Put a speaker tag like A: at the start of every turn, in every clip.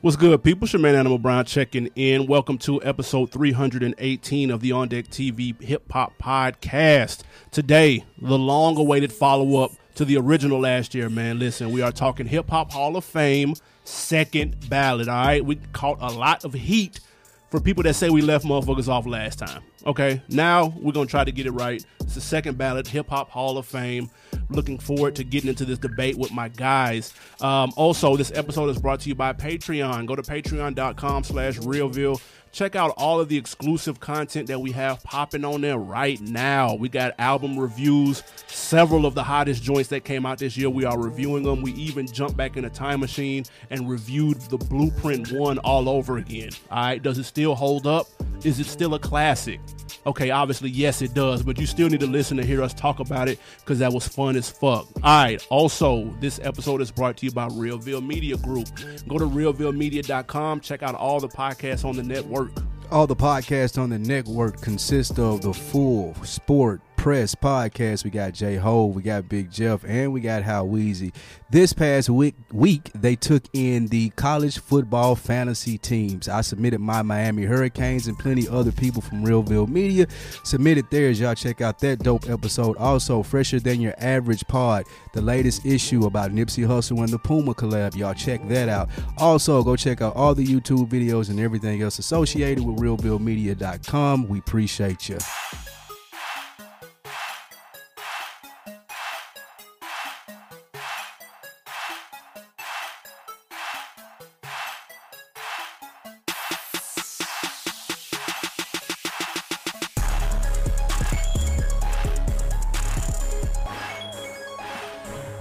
A: What's good, people? It's your man Animal Brown checking in. Welcome to episode 318 of the On Deck TV Hip Hop Podcast. Today, the long awaited follow up to the original last year, man. Listen, we are talking Hip Hop Hall of Fame second ballot, all right? We caught a lot of heat for people that say we left motherfuckers off last time. Okay, now we're gonna try to get it right. It's the second ballot, Hip Hop Hall of Fame. Looking forward to getting into this debate with my guys. Um, also, this episode is brought to you by Patreon. Go to patreon.com slash realville. Check out all of the exclusive content that we have popping on there right now. We got album reviews, several of the hottest joints that came out this year. We are reviewing them. We even jumped back in a time machine and reviewed the Blueprint 1 all over again. All right, does it still hold up? Is it still a classic? Okay, obviously, yes, it does, but you still need to listen to hear us talk about it because that was fun as fuck. All right, also, this episode is brought to you by Realville Media Group. Go to realvillemedia.com, check out all the podcasts on the network.
B: All the podcasts on the network consist of the full sport press podcast. We got J Ho, we got Big Jeff, and we got How Weezy. This past week, week they took in the college football fantasy teams. I submitted my Miami Hurricanes and plenty other people from Realville Media submitted theirs. Y'all check out that dope episode. Also, fresher than your average pod, the latest issue about Nipsey Hussle and the Puma collab. Y'all check that out. Also, go check out all the YouTube videos and everything else associated with RealvilleMedia.com. We appreciate you.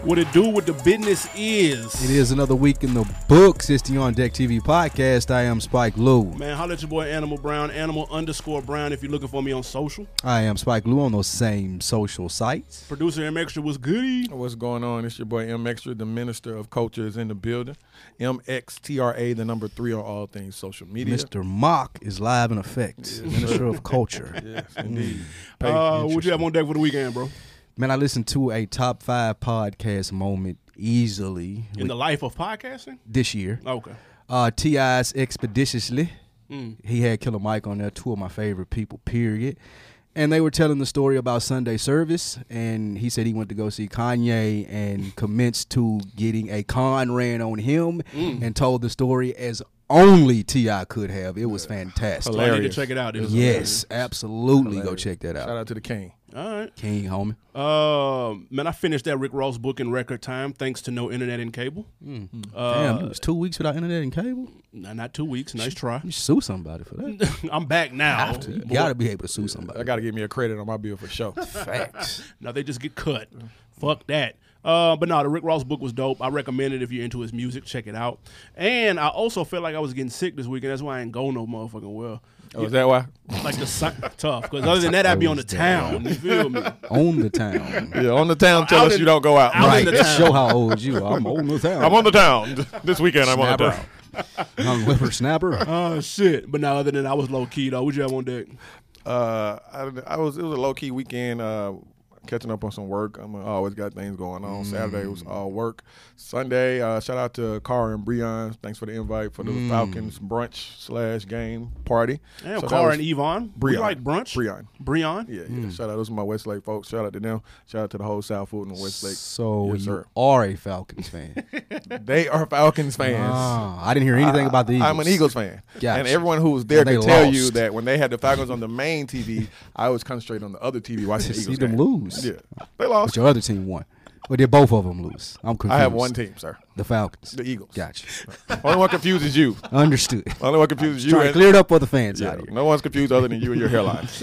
A: What it do, what the business is.
B: It is another week in the books. It's the On Deck TV podcast. I am Spike Lou.
A: Man, holla at your boy Animal Brown, Animal underscore Brown if you're looking for me on social.
B: I am Spike Lou on those same social sites.
A: Producer M Extra was goody.
C: What's going on? It's your boy M Extra, the Minister of Culture, is in the building. M X T R A, the number three on all things social media.
B: Mr. Mock is live in effect, Minister of Culture.
C: Yes, indeed. Pay
A: Uh, what you
C: interest.
A: have on deck for the weekend, bro?
B: Man, I listened to a top five podcast moment easily
A: In the life of podcasting?
B: this year.
A: Okay.
B: Uh, T.I.'s Expeditiously.
A: Mm.
B: He had Killer Mike on there, two of my favorite people, period. And they were telling the story about Sunday service, and he said he went to go see Kanye and commenced to getting a con ran on him
A: Mm.
B: and told the story as only T.I. could have. It
A: Uh,
B: was fantastic.
A: So I need to
C: Hilarious.
A: check it out. It was
B: Yes, absolutely. Go
C: Hilarious.
B: check that
C: Shout
B: out.
C: out to the King.
A: All right.
B: King, homie.
A: Um, man, I finished that Rick Ross book in record time, thanks to no internet and cable.
C: Hmm.
A: Uh,
B: Damn, it was two weeks without internet and cable.
A: nah, not two weeks. Nice try.
B: You sue somebody for that.
A: I'm back
C: Oh,
A: now.
B: You
A: But-
B: gotta be able to sue
C: I
B: somebody.
C: got to give me a credit on my bill for sure.
B: Facts.
A: Now they just get cut. Fuck that. Uh, but no, the Rick Ross book was dope. I recommend it if you're into his music. Check it out. And I also felt like I was getting sick this weekend. That's why I ain't go no motherfucking well.
C: oh, is that why?
A: Like the si- tough. Because other than that, I'd be on the town. You feel me?
B: on the town.
C: Yeah, on the town, tell
A: Out
C: us
A: in-
C: you don't go out.
A: out in
B: Right.
A: the
B: to
A: town.
B: Show how old you are. I'm old as hell.
C: I'm on the town. This weekend, I'm on the town.
B: Snapper. I'm a whippersnapper.
A: Oh shit! But now, other than that, I was low key though. What you have on deck?
C: Uh, I, I was it was a low key weekend. Uh, catching up on some work. I'm I always got things going on. Saturday was
B: Mm.
C: all work. Sunday, uh, shout out to Car and Breon. Thanks for the invite for the
B: Mm.
C: Falcons brunch slash game party.
A: Damn,
C: So that
A: Car
C: was-
A: and
B: E.
A: Yvonne. We
C: Breon.
A: like brunch.
C: Breon.
A: Breon.
C: Yeah,
B: Mm.
C: yeah. Shout out those are my Westlake folks. Shout out to them. Shout out to the whole South Fulton and Westlake.
B: So
C: Yes,
B: you
C: sir.
B: are a Falcons fan.
C: they are Falcons fans.
B: Ah, I didn't hear anything about the Eagles.
C: I'm an Eagles fan,
B: Gotcha.
C: and everyone who was there
B: And they
C: could tell
B: lost.
C: you that when they had the Falcons on the main TV, I was concentrating on the other TV watching
B: To
C: the
B: see
C: Eagles.
B: them
C: game.
B: lose.
C: Yeah, they lost.
B: But your other team won. Well, did both of them lose? I'm confused.
C: I have one team, sir.
B: The Falcons.
C: The Eagles.
B: Gotcha.
C: Only one confuses you.
B: Understood.
C: Only one confuses you.
B: Trying to
C: and-
B: clear it up for the fans
C: Yeah,
B: out here.
C: no one's confused other than you and your hairline.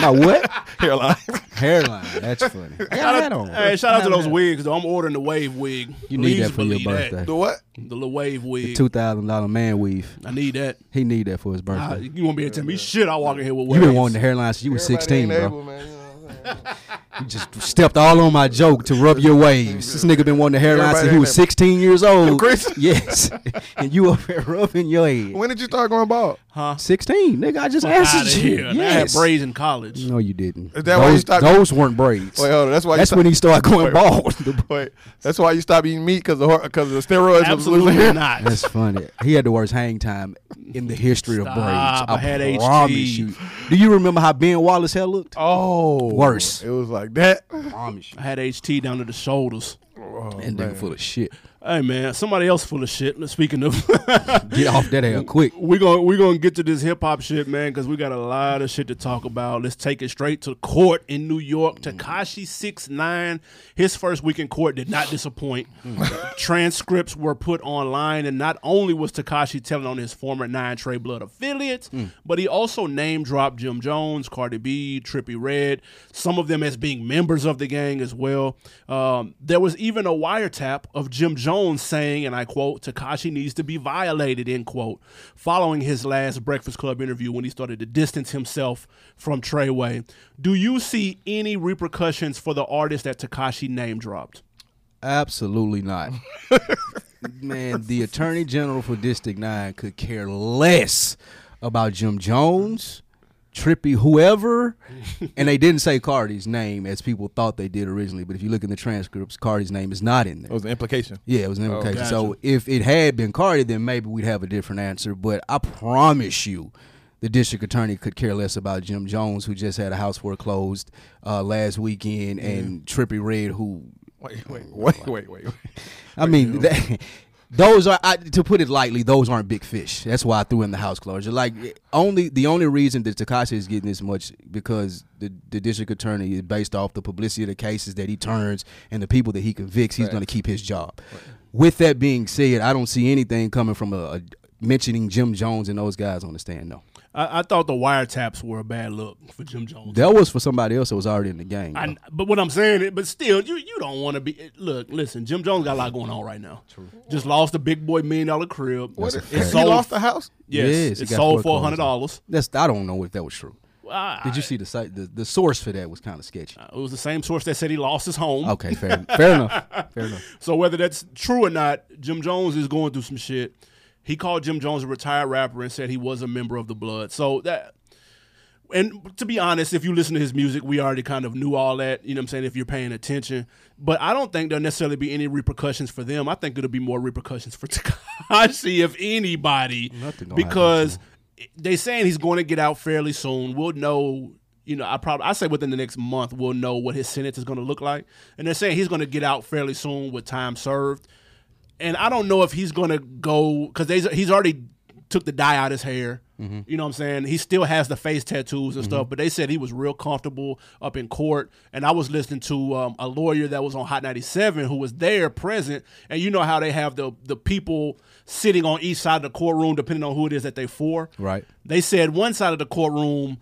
B: My what?
C: hairline.
B: Hairline. That's funny. I got a hat on.
A: Hey, shout out to those wigs though. I'm ordering the wave wig.
B: You need
A: Please
B: that for your
A: believe
B: birthday.
C: The what?
A: That. The little wave wig.
B: Two thousand dollar man weave.
A: I need that.
B: He need that for his
A: I,
B: birthday.
A: you won't be able to tell me shit. I walk in here with
B: you
A: waves.
B: been wanting the hairline since you were sixteen,
C: Everybody
B: bro.
C: ain't able, man. You know what I'm saying?
B: You just stepped all on my joke to rub your waves. This nigga been wanting the hairline since
C: Everybody
B: he was
C: ain't able.
B: 16 years old.
C: Chris?
B: Yes. and you up there rubbing your head.
C: When did you start going bald?
A: Huh?
B: 16, nigga. I just
A: Outta
B: answered you.
A: here. They had
B: Yes.
A: braids in college.
B: No, you didn't.
C: Is that
B: those,
C: why you stopped-
B: those weren't braids.
C: Wait, hold on. That's why.
B: That's
C: you
B: when he started going
C: Wait.
B: bald.
C: Wait, that's why you stop eating meat because the because the steroids. are
A: Absolutely
C: losing-
A: not.
B: That's funny. He had the worst hang time in the history of braids.
A: Stop. I had HG.
B: promise you. Do you remember how Ben Wallace hair looked?
C: Oh,
B: Worse.
C: It was like that.
B: I promise you.
A: I had HT down to the shoulders.
C: Oh,
B: That nigga full of shit.
A: Hey man, somebody else full of shit. Speaking of,
B: Get off that hair quick.
A: we gonna we gonna get to this hip hop shit, man, because we got a lot of shit to talk about. Let's take it straight to court in New York. Takashi six nine, his first week in court did not disappoint. Transcripts were put online, and not only was Takashi telling on his former Nine Trey Blood affiliates, but he also name dropped Jim Jones, Cardi B, Trippy Red, some of them as being members of the gang as well. Um, there was even a wiretap of Jim Jones saying, and I quote, Takashi needs to be violated, end quote, following his last Breakfast Club interview when he started to distance himself from Treyway. Do you see any repercussions for the artist that Takashi name dropped?
B: Absolutely not. Man, the Attorney General for District 9 could care less about Jim Jones, Trippy, whoever. and they didn't say Cardi's name as people thought they did originally. But if you look in the transcripts, Cardi's name is not in
C: It
B: there.
C: was the implication.
B: Yeah, it was an invocation.
A: gotcha.
B: So if it had been Cardi, then maybe we'd have a different answer. But I promise you, the district attorney could care less about Jim Jones, who just had a house foreclosed uh, last weekend, and Trippy Red, who
C: Wait, wait, wait, wait, wait. wait.
B: I mean, that, those are I, to put it lightly. Those aren't big fish. That's why I threw in the house closure. Like only the only reason that Takashi is getting this much because the, the district attorney is based off the publicity of the cases that he turns and the people that he convicts. He's going to keep his job. With that being said, I don't see anything coming from a, a mentioning Jim Jones and those guys on the stand. No,
A: I, I thought the wiretaps were a bad look for Jim Jones.
B: that was for somebody else that was already in the game.
A: I, but what I'm saying, is- but still, you you don't want to be. Look, listen, Jim Jones got a lot going on right now. Just lost a big boy million dollar crib.
C: What
B: That's
C: if
B: a
C: he
B: fact.
C: lost the house?
A: Yes,
B: Yes, he
A: it
B: got
A: sold for hundred
B: foreclosed on.
A: dollars.
B: That's I don't know if that was true. Did you see the site? The, the source for that was kind of sketchy.
A: It was the same source that said he lost his home.
B: Okay, fair, fair enough. Fair enough.
A: So whether that's true or not, Jim Jones is going through some shit. He called Jim Jones a retired rapper and said he was a member of the Blood. So that. And to be honest, if you listen to his music, we already kind of knew all that, you know what I'm saying, if you're paying attention. But I don't think there'll necessarily be any repercussions for them. I think it'll be more repercussions for Takashi, if anybody.
B: Nothing gonna happen to
A: because they saying he's going to get out fairly soon. We'll know. You know, I probably I say within the next month we'll know what his sentence is going to look like, and they're saying he's going to get out fairly soon with time served. And I don't know if he's going to go because he's already took the dye out his hair. You know what I'm saying? He still has the face tattoos and stuff, but they said he was real comfortable up in court. And I was listening to um, a lawyer that was on Hot 97 who was there present. And you know how they have the the people sitting on each side of the courtroom depending on who it is that they for.
B: Right.
A: They said one side of the courtroom,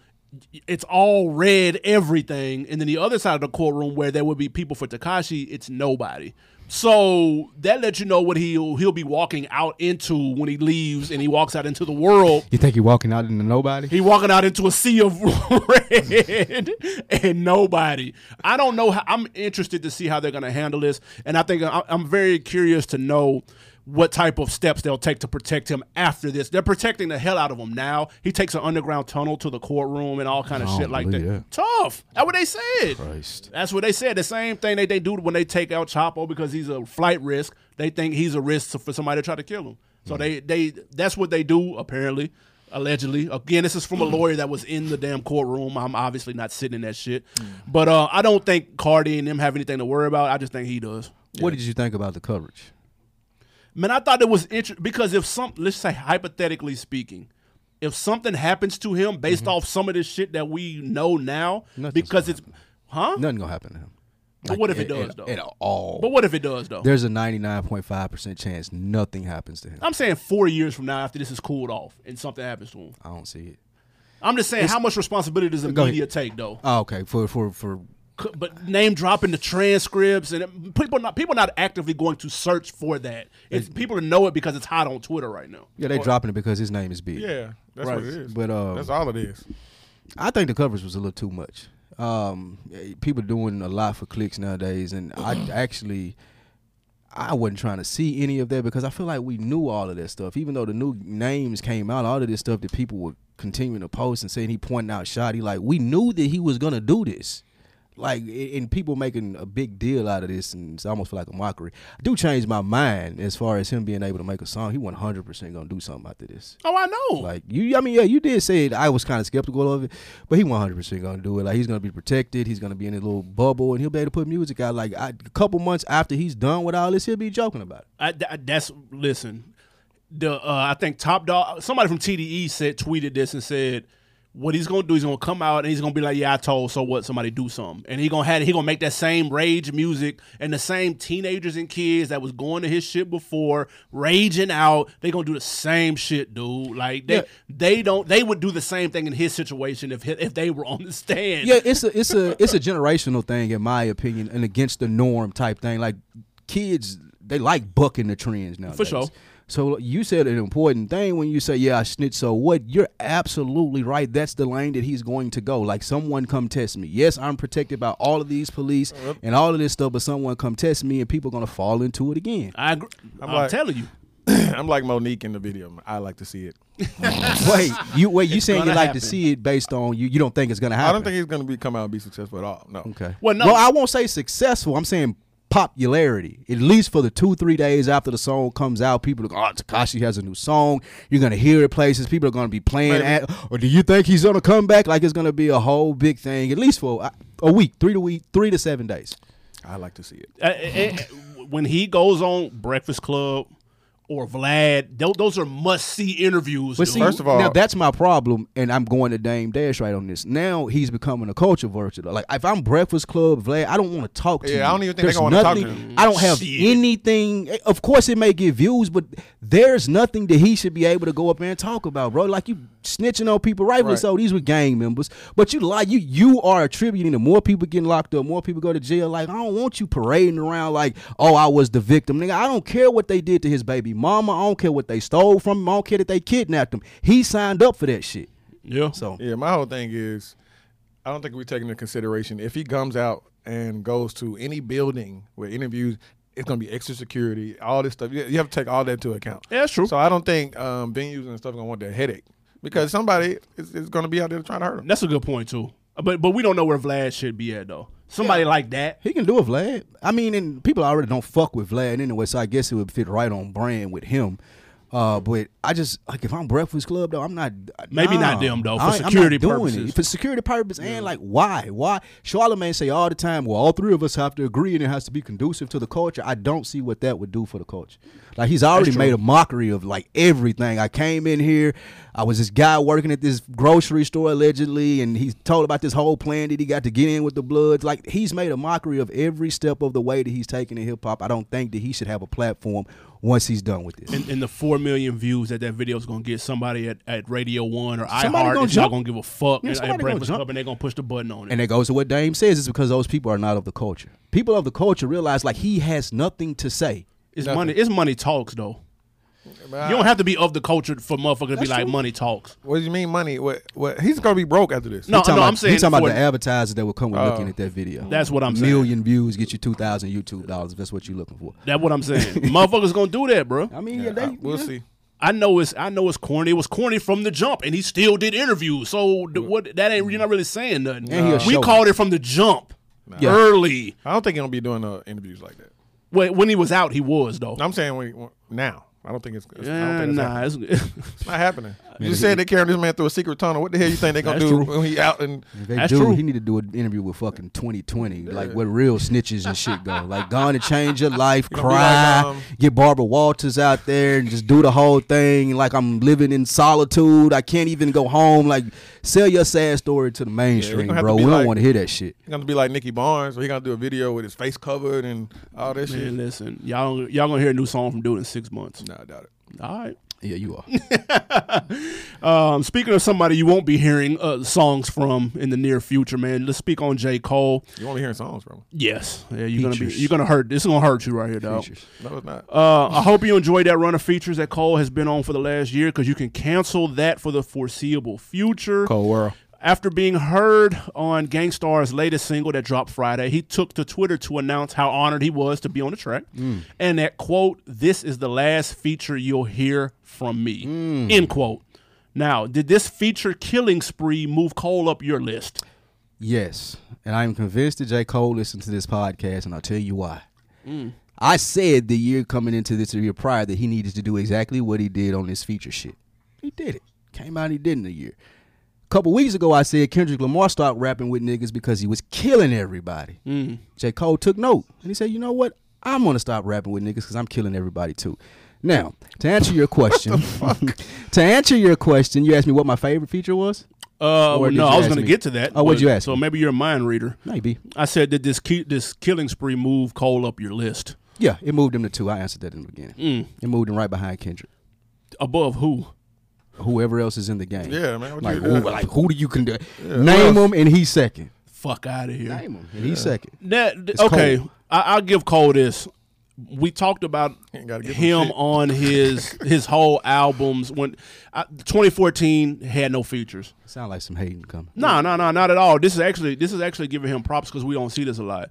A: it's all red everything, and then the other side of the courtroom where there would be people for Takashi, it's nobody. So that lets you know what he'll he'll be walking out into when he leaves and he walks out into the world.
B: You think you're walking out into nobody?
A: He walking out into a sea of red and nobody. I don't know. How, I'm interested to see how they're going to handle this, and I think I- I'm very curious to know what type of steps they'll take to protect him after this. They're protecting the hell out of him now. He takes an underground tunnel to the courtroom and all kind of shit like that.
B: believe that.
A: Tough. That's what they said.
B: Christ.
A: That's what they said. The same thing that they do when they take out Chapo because he's a flight risk. They think he's a risk to- for somebody to try to kill him. So they they that's what they do apparently, allegedly. Again, this is from a
B: Mm.
A: lawyer that was in the damn courtroom. I'm obviously not sitting in that shit,
B: Mm.
A: but uh, I don't think Cardi and them have anything to worry about. I just think he does.
B: What did you think about the coverage?
A: Man, I thought it was interesting because if some, let's say hypothetically speaking, if something happens to him based off some of this shit that we know now,
B: Mm-hmm. Nothing's
A: because it's, huh?
B: Nothing gonna happen to him.
A: But what if it does,
B: at,
A: though?
B: At all.
A: But what if it does though?
B: There's a 99.5% chance nothing happens to him.
A: I'm saying four years from now, after this is cooled off and something happens to him,
B: I don't see it.
A: I'm just saying how much responsibility does the
B: Go ahead.
A: media take though?
B: Oh, okay, for for for
A: C- But name dropping the transcripts and people not people not actively going to search for that. It's people to know it because it's hot on Twitter right now.
B: yeah, they dropping it because his name is big.
C: Yeah, that's
A: Right.
C: what it is.
B: But, um,
C: that's all it is.
B: I think the coverage was a little too much. Um, eh, people doing a lot for clicks nowadays, and I actually, I wasn't trying to see any of that because I feel like we knew all of that stuff. Even though the new names came out, all of this stuff that people were continuing to post and saying he pointing out Shoddy, like we knew that he was gonna do this. Like a- and people making a big deal out of this, and it's almost like a mockery. I do change my mind as far as him being able to make a song. He one hundred percent gonna do something after this.
A: Oh, I know.
B: Like you, I mean, yeah, you did say it. I was kind of skeptical of it, but he 100 percent gonna do it. Like he's gonna be protected. He's gonna be in his little bubble, and he'll be able to put music out. Like I, a couple months after he's done with all this, he'll be joking about it.
A: I, th- that's listen. The uh, I think Top Dog, somebody from TDE said tweeted this and said, what he's gonna do, he's gonna come out and he's gonna be like, yeah, I told so what somebody do something, and he gonna have he gonna make that same rage music and the same teenagers and kids that was going to his shit before raging out. They gonna do the same shit, dude. Like they
B: Yeah.
A: they don't they would do the same thing in his situation if he, if they were on the stand.
B: Yeah, it's a it's a it's a generational thing, in my opinion, and against the norm type thing. Like kids, they like bucking the trends now.
A: sure.
B: So you said an important thing when you say, "Yeah, I snitch." So what? You're absolutely right. That's the lane that he's going to go. Like someone come test me. Yes, I'm protected by all of these police and all of this stuff, but someone come test me, and people are gonna fall into it again.
A: I agree. I'm,
C: like-
A: telling you.
C: I'm like Monique in the video. man. I like to see it.
B: wait, you wait. You saying you
A: gonna
B: like
A: happen.
B: to see it based on you? You don't think it's gonna happen?
C: I don't think he's gonna be come out and be successful at all. No.
B: Okay.
A: Well, no.
B: Well, I won't say successful. I'm saying popularity. At least for the two, three days after the song comes out, people are going, oh, Takashi has a new song. You're going to hear it places. People are going to be playing
C: Maybe.
B: at. Or do you think he's going to come back? Like it's going to be a whole big thing, at least for uh, a week, three to week, three to seven days.
C: I like to see it.
A: Uh, uh, uh, when he goes on Breakfast Club or Vlad, tho- those are must see interviews.
B: But
A: dude.
B: see,
C: First of all-
B: now that's my problem, and I'm going to Dame Dash right on this. Now he's becoming a culture versatile. Like if I'm Breakfast Club Vlad, I don't want to talk to.
C: Yeah,
B: you.
C: I don't even think they
B: There's
C: gonna talk to
B: nothing-
C: him.
B: I don't have
A: Shit.
B: anything. Of course, it may get views, but there's nothing that he should be able to go up there and talk about, bro. Like you snitching on people, rightfully
C: Right.
B: so. These were gang members, but you lie. You you are attributing to more people getting locked up, more people go to jail. Like I don't want you parading around like, oh, I was the victim, nigga. I don't care what they did to his baby mama. I don't care what they stole from him. I don't care that they kidnapped him. He signed up for that shit.
A: yeah.
B: So
C: Yeah, my whole thing is, I don't think we take into consideration if he comes out and goes to any building with interviews, it's gonna be extra security, all this stuff. You you have to take all that into account.
A: Yeah, that's true.
C: So I don't think um, venues and stuff gonna want that headache because somebody is, is gonna be out there trying to hurt him.
A: That's a good point too. Uh, But but we don't know where Vlad should be at though. Somebody like that.
B: He can do it, Vlad. I mean, and people already don't fuck with Vlad anyway, so I guess it would fit right on brand with him. Uh, but I just like if I'm Breakfast Club though, I'm not.
A: Maybe
B: nah.
A: not them, though, for
B: I ain't- I'm
A: security
B: not doing
A: purposes.
B: It. For security purpose, and like why? Why? Charlemagne say all the time, well, all three of us have to agree, and it has to be conducive to the culture. I don't see what that would do for the culture. Like he's already made a mockery of like everything. I came in here, I was this guy working at this grocery store allegedly, and he's told about this whole plan that he got to get in with the Bloods. Like he's made a mockery of every step of the way that he's taken in hip hop. I don't think that he should have a platform once he's done with this.
A: And, and the four million views that that video is gonna get, somebody at, at Radio One or
B: Somebody
A: iHeart
B: gonna
A: is not
B: jump.
A: gonna give a fuck
B: Yeah,
A: and-
B: somebody
A: at
B: gonna
A: Breakfast
B: jump.
A: Club, and they're gonna push the button on it.
B: And it goes to what Dame says is because those people are not of the culture. People of the culture realize like he has nothing to say.
A: it's money. It's money talks though.
B: Uh,
A: You don't have to be of the culture for motherfucker to be like money talks.
C: What do you mean money? What? What? He's gonna be broke after this.
A: No,
B: He talking
A: Uh, no,
B: about,
A: I'm saying
B: he talking
A: for- Oh.
B: about the advertisers that will come with looking at that video.
A: That's what I'm saying.
B: Million views get you two thousand YouTube dollars. If that's what you're looking for.
A: That's what I'm saying. Motherfuckers gonna do that, bro.
B: I mean, yeah, they,
C: Uh, we'll
B: yeah.
C: see.
A: I know it's I know it's corny. It was corny from the jump, and he still did interviews. So th- what? That ain't you're not really saying nothing.
B: And he a
A: we
B: show.
A: called it from the jump
B: Yeah.
A: early.
C: I don't think he'll be doing uh, interviews like that.
A: When, when he was out, he was though.
C: I'm saying we, now. I don't think it's. it's I
A: Yeah,
C: don't think it's
A: nah, it's,
C: It's not happening. You said they carrying this man through a secret tunnel. What the hell you think they gonna
A: That's
C: do
A: true.
C: when he out and
B: They
A: That's
B: do.
A: true.
B: He need to do an interview with fucking 2020, like where real snitches and shit go. Like, gone and change your life,
C: gonna be
B: cry,
C: like, um,
B: get Barbara Walters out there and just do the whole thing. Like, I'm living in solitude. I can't even go home. Like, sell your sad story to the mainstream,
C: gonna have
B: bro.
C: to
B: We
C: be
B: don't
C: like-
B: want to hear that shit.
C: he gonna be like Nicky Barnes? Or he gonna do a video with his face covered and all this
A: man,
C: shit?
A: listen, y'all y'all gonna hear a new song from dude in six months.
C: No, I doubt it.
A: All right.
B: Yeah, you are.
A: Um, speaking of somebody you won't be hearing uh, songs from in the near future, man. Let's speak on J. Cole.
C: You only hearing songs from him.
A: Yes, yeah, you're gonna be
B: Features.
A: you're gonna hurt. This is gonna hurt you right here, dog.
B: Features.
C: No, it's not.
A: Uh, I hope you enjoyed that run of features that Cole has been on for the last year because you can cancel that for the foreseeable future.
C: Cold world.
A: After being heard on Gangstar's latest single that dropped Friday, he took to Twitter to announce how honored he was to be on the track
B: Mm.
A: and that, quote, this is the last feature you'll hear from me,
B: Mm.
A: end quote. Now, did this feature killing spree move Cole up your list?
B: Yes, and I am convinced that J. Cole listens to this podcast, and I'll tell you why. I said the year coming into this year prior that he needed to do exactly what he did on this feature shit. He did it. Came out, he did it in a year. A couple weeks ago, I said Kendrick Lamar stopped rapping with niggas because he was killing everybody. Mm. J. Cole took note, and he said, "You know what? I'm gonna stop rapping with niggas because I'm killing everybody too." Now, to answer your question, to answer your question, you asked me what my favorite feature was.
A: Uh,
B: Or did
A: no,
B: you
A: I was
B: ask
A: going to
B: me?
A: get to that.
B: Oh, what'd
A: but-
B: you ask
A: So
B: me?
A: maybe you're a mind reader.
B: Maybe
A: I said, did this ki- this killing spree move Cole up your list?
B: Yeah, it moved him to two. I answered that in the beginning. It moved him right behind Kendrick.
A: Above who?
B: Whoever else is in the game.
C: Yeah, man, what
B: Like,
C: you Uh,
B: who,
C: doing?
B: like who do you can name him and he's second.
A: Fuck out of here.
B: Name him and he's second.
A: That okay.
B: Cole.
A: I, I'll give Cole this. We talked about
C: Ain't gotta give him
A: him
C: shit.
A: on his his whole albums when I, 2014 had no features.
B: Sound like some hating coming.
A: No, no, no, not at all. This is actually this is actually giving him props because we don't see this a lot.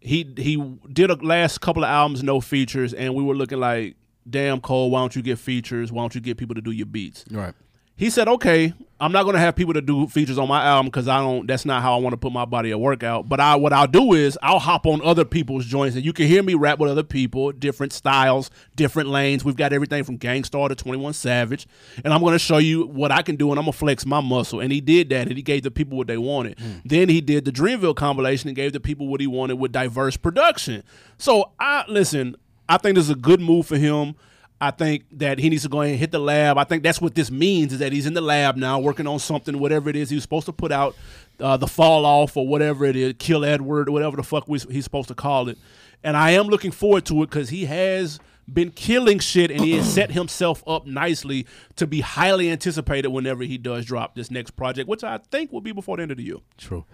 A: He he did a last couple of albums no features, and we were looking like, damn Cole, why don't you get features? Why don't you get people to do your beats?
B: Right.
A: he said, "Okay, I'm not gonna have people to do features on my album because I don't. That's not how I want to put my body of work out. But I, what I'll do is I'll hop on other people's joints, and you can hear me rap with other people, different styles, different lanes. We've got everything from Gangstar to 21 Savage, and I'm gonna show you what I can do, and I'm gonna flex my muscle. And he did that, and he gave the people what they wanted. Then he did the Dreamville compilation and gave the people what he wanted with diverse production. So I listen. I think this is a good move for him." I think that he needs to go ahead and hit the lab. I think that's what this means is that he's in the lab now, working on something, whatever it is he was supposed to put out, uh, the fall off or whatever it is, kill Edward or whatever the fuck we, he's supposed to call it. And I am looking forward to it because he has been killing shit and he has set himself up nicely to be highly anticipated whenever he does drop this next project, which I think will be before the end of the year.
B: True.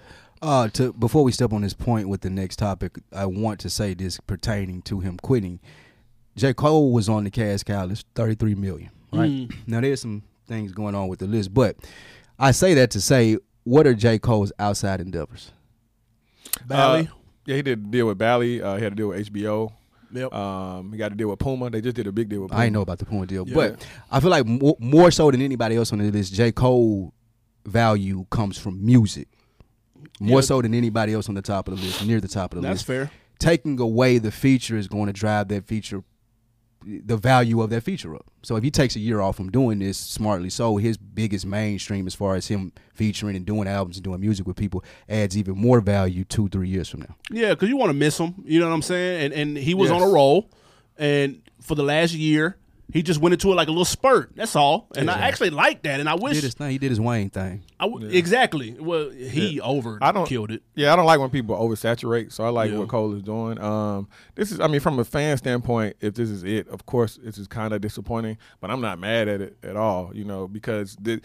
B: Uh, to before we step on this point with the next topic, I want to say this pertaining to him quitting. J. Cole was on the cash cow list, thirty three million. Right now, there's some things going on with the list, but I say that to say, what are J. Cole's outside endeavors?
A: Bally?
C: Uh, yeah, he did deal with Bally. Uh, he had to deal with HBO.
A: Yep.
C: Um, he got to deal with Puma. They just did a big deal with Puma.
B: I ain't know about the Puma deal, but I feel like more, more so than anybody else on the list, J. Cole value comes from music. More
A: Yeah.
B: so than anybody else on the top of the list, near the top of the
A: Uh, That's
B: list.
A: fair.
B: Taking away the feature is going to drive that feature, the value of that feature up. So if he takes a year off from doing this smartly, so his biggest mainstream as far as him featuring and doing albums and doing music with people adds even more value two, three years from now.
A: Yeah, because you want to miss him. You know what I'm saying? And and he was
C: Yes.
A: on a roll, and for the last year, he just went into it like a little spurt. That's all. And I actually like that. And I
B: He
A: wish
B: did his thing. He did his Wayne thing.
A: I w- exactly. Well, he over
C: I don't
A: killed it.
C: Yeah, I don't like when people oversaturate. So I like
A: Yeah.
C: what Cole is doing. Um, this is, I mean, from a fan standpoint, if this is it, of course, this is kind of disappointing. But I'm not mad at it at all, you know, because the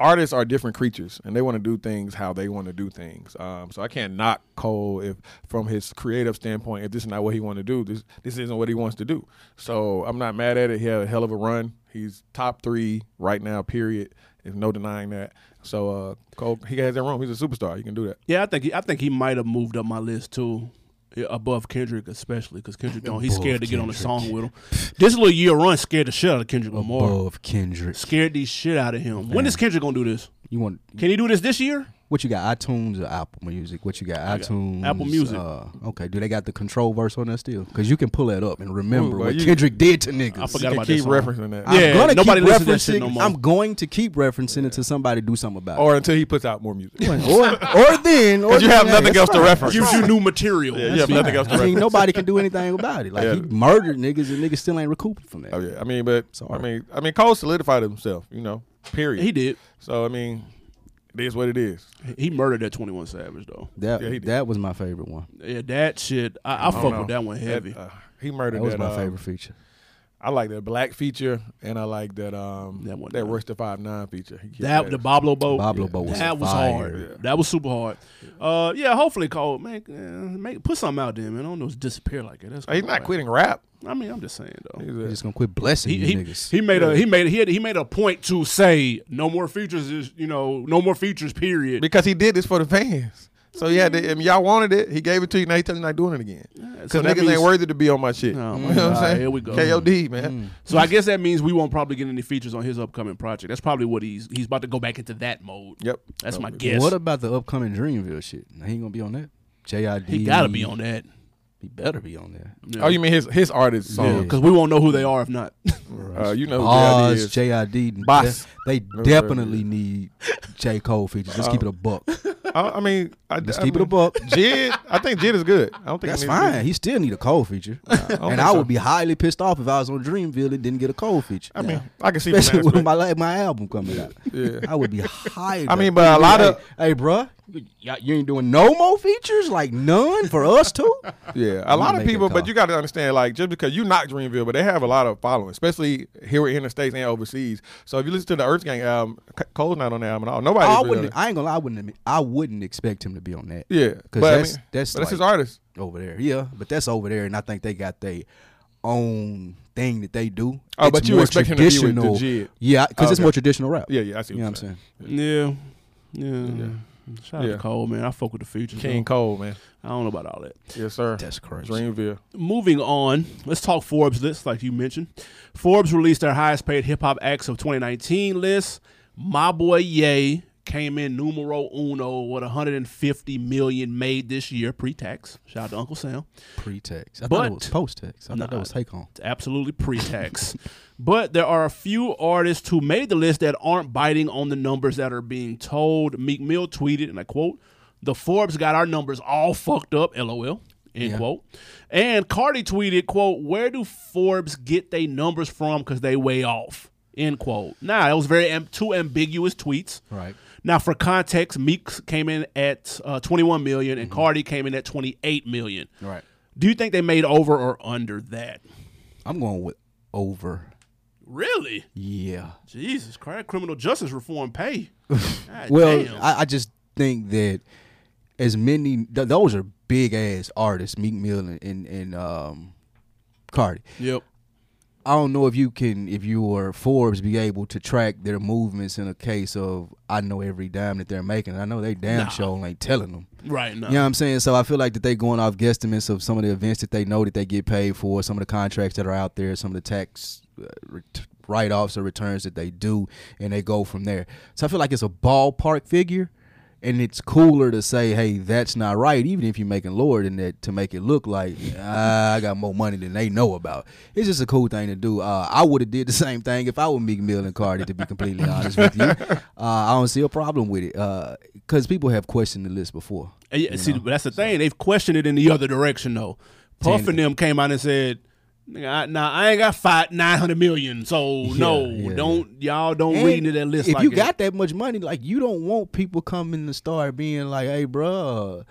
C: artists are different creatures and they want to do things how they want to do things. Um, so I can't knock Cole if, from his creative standpoint, if this is not what he want to do, this this isn't what he wants to do. So I'm not mad at it. He had a hell of a run. He's top three right now. Period. There's no denying that. So uh, Cole, he has that room. He's a superstar. He can do that.
A: Yeah, I think he, I think he might have moved up my list too, yeah, above Kendrick especially because Kendrick don't. He's scared to get on a song with him. This little year run scared the shit out of Kendrick Lamar.
B: Above Kendrick.
A: Scared the shit out of him. When is Kendrick gonna do this?
B: You want
A: Can he do this this year?
B: What you got? iTunes or Apple Music? What you got? iTunes,
A: Apple Music.
B: Uh, okay, do they got the control verse on there still? Because you can pull that up and remember
C: Ooh, well,
B: what
C: you-
B: Kendrick did to niggas.
A: I
C: You
A: forgot
C: can
A: about
C: keep
A: this. song.
C: referencing that.
A: I- Yeah, nobody
B: keep
A: listens to that shit no
B: referencing-
A: more.
B: I'm going to keep referencing it to somebody do something about
C: Or until he puts out more music.
B: it. Or, or then, or
C: Because you have
B: then, hey,
C: nothing
B: that's
C: else to
B: fine.
C: reference.
A: Gives you new material.
C: Yeah, you have nothing else to
B: I mean,
C: reference.
B: nobody can do anything about it. Like he
C: Yeah.
B: murdered niggas, and niggas still ain't recouping from that.
C: Oh, yeah. I mean, but
B: Sorry.
C: I mean, I mean, Cole solidified himself. You know, period.
A: He did.
C: So I mean, it is what it is.
A: He murdered that 21 Savage though.
B: That
C: Yeah, he did.
B: that was my favorite one.
A: Yeah, that shit. I, I,
C: I
A: fuck
C: don't know.
A: with that one heavy.
C: That, uh, he murdered
B: That was
C: that,
B: my
C: uh,
B: favorite feature.
C: I like that black feature, and I like that um
A: That one,
C: that
A: uh,
C: Rush the Five Nine feature. He killed
A: That the Boblo Boat.
B: Boblo Boat was
A: that was
B: fire.
A: hard.
C: Yeah.
A: That was super hard. Uh, yeah. Hopefully, Cole make, uh, make put something out there, man. I don't just disappear like that. That's
C: Oh, He's
A: kinda
C: not
A: whack.
C: quitting rap.
A: I mean, I'm just saying though.
C: He's
B: They
C: a-
B: just gonna quit blessing
A: He,
B: you
A: he,
B: niggas.
A: he made a he made a, he, had, he made a point to say no more features is you know no more features period.
C: because he did this for the fans. So yeah, they, I mean, y'all wanted it. He gave it to you. Now he telling you not doing it again. Because
A: so that
C: niggas
A: means-
C: ain't worthy to be on my shit.
A: Oh, my
C: you know what
A: God.
C: I'm saying?
A: Here we go. Mm.
C: KOD
B: Mm.
C: man.
A: So I guess that means we won't probably get any features on his upcoming project. That's probably what he's he's about to go back into that mode.
C: Yep.
A: That's my
C: Probably.
A: guess.
B: What about the upcoming Dreamville shit? Now, he ain't gonna be on that. JID.
A: he got to be on that.
B: He better be on there.
A: Yeah.
C: Oh, you mean his his artist
A: Yeah,
C: song?
A: because Oh, we won't know who they are if not.
C: Uh, you
A: Oh,
C: know who Daddy
B: Oz,
C: is.
B: JID,
C: Boss.
B: They
C: what
B: definitely need J Cole features. Let's keep it a buck.
C: I, I mean, I,
B: Let's
C: I
B: keep it
C: mean,
B: a buck.
C: Jid, I think Jid is good. I don't think
B: That's
C: he needs to be-
B: fine. He still need a Cole feature,
C: don't
B: and
C: think
B: I
C: so.
B: would be highly pissed off if I was on Dreamville and didn't get a Cole feature.
C: I mean, I can see.
B: Especially
C: Especially
B: with my like, my album coming out.
C: Yeah.
B: I would be highly.
C: I mean, but a lot of-
B: hey, hey bruh, you, you ain't doing no more features, like none for us too.
C: yeah, a lot
B: make
C: of
B: a
C: people, but
B: call.
C: you got to understand, like, just because you knock Dreamville, but they have a lot of following, especially here in the states and overseas. So if you listen to the Earth Gang album, C- Cole's not on the album at all. Nobody.
B: Oh, I
C: really on
B: wouldn't.
C: it.
B: I ain't gonna. Lie, I wouldn't. admit- I wouldn't expect him to be on that.
C: Yeah,
B: because
C: but I
B: that's
C: mean,
B: that's
C: but that's his
B: like
C: artist.
B: over there. Yeah, but that's over there, and I think they got their own thing that they do.
C: Oh, but you
B: more
C: expect him to be with the
B: traditional-
C: Jid.
B: Yeah, because it's
C: Okay.
B: more traditional rap.
C: Yeah, yeah, I see.
B: you
C: What
B: know
C: you're
B: what I'm saying.
A: yeah. Yeah. Shout out
C: Yeah.
A: to Cole, man. I fuck with the features.
C: King
A: though.
C: Cole, man.
A: I don't know about all that.
C: Yes, sir.
B: That's crazy.
C: Dreamville.
A: Moving on, let's talk Forbes list, like you mentioned. Forbes released their highest paid hip hop acts of 2019 list. My boy Ye came in numero uno with 150 million made this year pre tax. Shout out to Uncle Sam.
B: Pre-tax. I thought
A: But-
B: it was post-tax. I thought
A: Nah.
B: that was take home.
A: It's absolutely pre tax. but there are a few artists who made the list that aren't biting on the numbers that are being told. Meek Mill tweeted, and I quote, The Forbes got our numbers all fucked up, lol. End
B: Yeah.
A: quote. And Cardi tweeted, quote, Where do Forbes get they numbers from? Because they way off. End quote. Nah, that was very am- two ambiguous tweets.
B: Right.
A: Now, for context, Meeks came in at uh, 21 million, and Cardi came in at 28 million.
B: Right.
A: Do you think they made over or under that?
B: I'm going with over.
A: Really?
B: Yeah.
A: Jesus Christ, criminal justice reform pay. God
B: Well,
A: damn.
B: I, I just think that as many th- those are big ass artists, Meek Mill and and, and um, Cardi.
A: yep.
B: I don't know if you can, if you or Forbes be able to track their movements in a case of I know every dime that they're making. I know they damn
A: Nah.
B: sure ain't telling them.
A: Right now.
B: You know what I'm saying? So I feel like that they going off guesstimates of some of the events that they know that they get paid for, some of the contracts that are out there, some of the tax uh, ret- write-offs or returns that they do, and they go from there. So I feel like it's a ballpark figure, and it's cooler to say, "Hey, that's not right," even if you're making lower than that, to make it look like "Ah, I got more money than they know about. It's just a cool thing to do. Uh, I would have did the same thing if I were Meek Mill and Cardi. To be completely honest with you, uh, I don't see a problem with it because people have questioned the list before.
A: And yeah, see, but that's the thing. They've questioned it in the other direction, though. Puff and them came out and said, "Nigga, I, nah, I ain't got five, 900 million, so no,
B: yeah, yeah.
A: don't, y'all don't
B: And
A: read into that list
B: If
A: like
B: you
A: that.
B: got that much money, like you don't want people coming to start being like, "Hey, bro."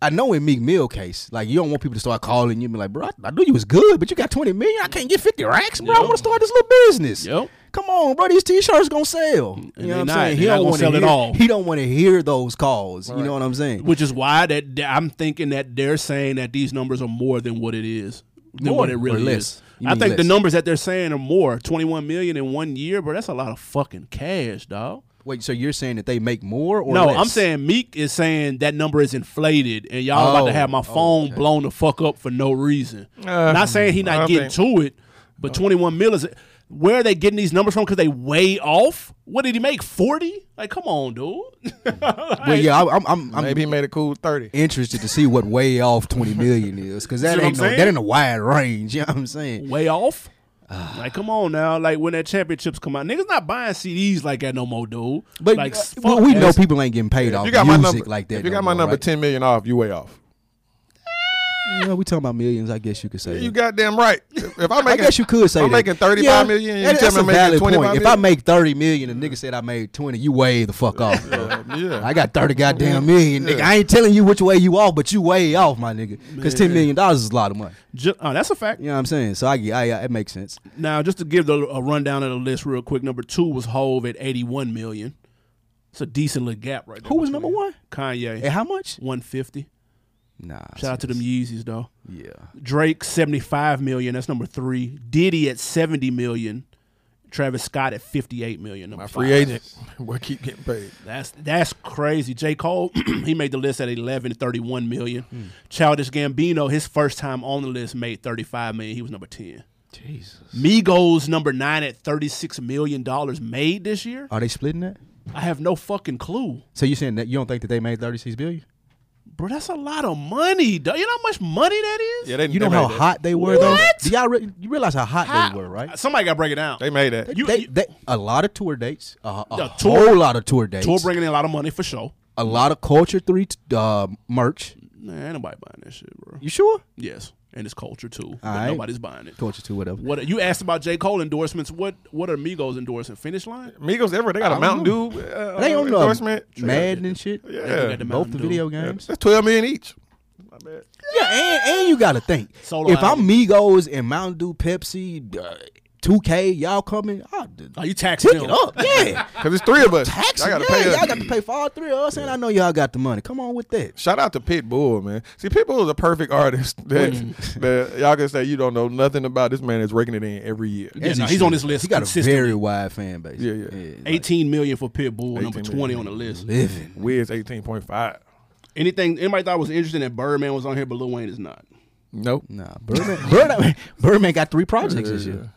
B: I know in Meek Mill case, like you don't want people to start calling you and be like, "Bro, I, I knew you was good, but you got twenty million. I can't get fifty racks, bro. I
A: Yep.
B: want to start this little business.
A: Yep.
B: Come on, bro. These t-shirts gonna sell. You
A: And
B: know
A: they
B: what I'm
A: not.
B: saying? He
A: They not
B: don't
A: gonna
B: want
A: sell
B: to
A: at all.
B: He don't want to hear those calls. You know what I'm saying?
A: Which is why that that I'm thinking that they're saying that these numbers are more than what it is, than
B: More
A: what it
B: or
A: really
B: less?
A: is.
B: You
A: I
B: mean
A: think the
B: less.
A: numbers that they're saying are more. 21 million in one year, bro. That's a lot of fucking cash, dog.
B: Wait, so you're saying that they make more or
A: No,
B: less?
A: I'm saying Meek is saying that number is inflated, and y'all about to
B: Oh,
A: have my phone blown the fuck up for no reason.
C: Uh,
A: not saying he
C: I
A: not
C: don't
A: getting to it,
B: uh,
A: but 21 mil is where are they getting these numbers from? Because they way off. What did he make? 40? Like, come on, dude.
B: Well, yeah, I, I'm, I'm, I'm
C: Maybe he made a cool thirty.
B: interested to see what way off twenty million is because that
A: what
B: ain't
A: I'm
B: no,
A: saying?
B: that ain't a wide range. You know what I'm saying?
A: way off. like, come on now. Like when that championships come out, niggas not buying CDs like that no more, dude.
B: But
A: like,
B: uh,
A: fuck
B: well, we
A: that.
B: know people ain't getting paid off
C: You got my
B: music
C: number
B: like that.
C: If you
B: no
C: got my
B: more,
C: number
B: right?
C: ten million off, you way off.
B: You know, we talking about millions. I guess you could say.
C: You
B: that.
C: goddamn right. If I
B: I
C: make,
B: guess you could say
C: I'm
B: that.
C: making 35 million, and you
B: that-
C: tell
B: that's
C: me I'm
B: a
C: making
B: valid
C: 25
B: point. If I make thirty million, and nigga said I made twenty, you way the fuck off. bro.
C: yeah.
B: I got thirty goddamn million, nigga. I ain't telling you which way you off, but you way off, my nigga. Because ten million dollars is a lot of money.
A: Ju- uh, that's a fact.
B: You know what I'm saying? So I, get- I, I it makes sense.
A: Now, just to give the, a rundown of the list real quick, number two was Hove at 81 million. It's a decent little gap right there.
B: Who was number one?
A: Kanye,
B: And how much?
A: 150.
B: Nah.
A: Shout out to them Yeezys though.
B: Yeah.
A: Drake 75 million, that's number 3. Diddy at 70 million. Travis Scott at 58 million. Number
C: My
A: five.
C: free agent. Boy, keep getting paid.
A: That's that's crazy. J. Cole, he made the list at 11 to 31 million. Childish Gambino, his first time on the list, made 35 million. He was number 10.
B: Jesus.
A: Migos, number 9 at 36 million dollars made this year.
B: Are they splitting that?
A: I have no fucking clue.
B: So you saying that you don't think that they made thirty six billion?
A: Bro, that's a lot of money. dawg. You know how much money that is?
C: Yeah, they.
B: You
C: they
B: know
C: made
B: how
C: that.
B: hot they were
A: What?
B: though. Do y'all re- you realize how hot
A: How-
B: they were, right?
A: Somebody got to break it down.
C: they made that.
A: You-
B: they, they, a lot of tour dates, a, a
A: Yeah, tour-
B: whole lot of tour dates,
A: Tour bringing in a lot of money for sure.
B: a lot of Culture Three t- uh, merch.
A: Nah, ain't nobody buying that shit, bro.
B: You sure?
A: Yes, and it's culture too. but
B: Alright.
A: Nobody's buying it.
B: Culture Two, whatever.
A: What you asked about J Cole endorsements? What what are Migos endorsing? Finish line?
C: Migos ever. They got a
B: I
C: Mountain
B: don't
C: Dew uh,
B: They on the
C: endorsement.
B: Madden and shit.
C: Yeah,
A: got the
B: Both the
A: Mountain
B: video
A: Dew.
B: games.
C: that's twelve million each. My bad.
B: Yeah, and, and you got to think.
A: Solo
B: if
A: album.
B: I'm Migos and Mountain Dew, Pepsi, uh, 2K, y'all coming, I'll d-
A: Oh, you taxing
B: tick
A: them?
B: it up. Yeah.
C: Cause it's three of us.
B: Tax
C: I
B: it.
C: gotta
B: yeah,
C: pay. us.
B: y'all got to pay for all three of us, and I know y'all got the money. Come on with that.
C: Shout out to Pitbull, man. See, Pitbull is a perfect artist that,
B: Mm.
C: that y'all can say you don't know nothing about. This man is raking it in every year.
A: Yeah,
B: As
A: no,
B: he
A: he's
B: should.
A: on this list
B: He got a
A: consistently.
B: very wide fan base.
C: Yeah, yeah.
B: like,
A: Eighteen million for Pitbull, number
C: 18
A: twenty
C: million.
A: on the list.
B: living.
C: Wiz eighteen point five.
A: Anything anybody thought was interesting that Birdman was on here, but Lil Wayne is not.
C: Nope.
B: Nah, Birdman, Birdman, Birdman got three projects this year.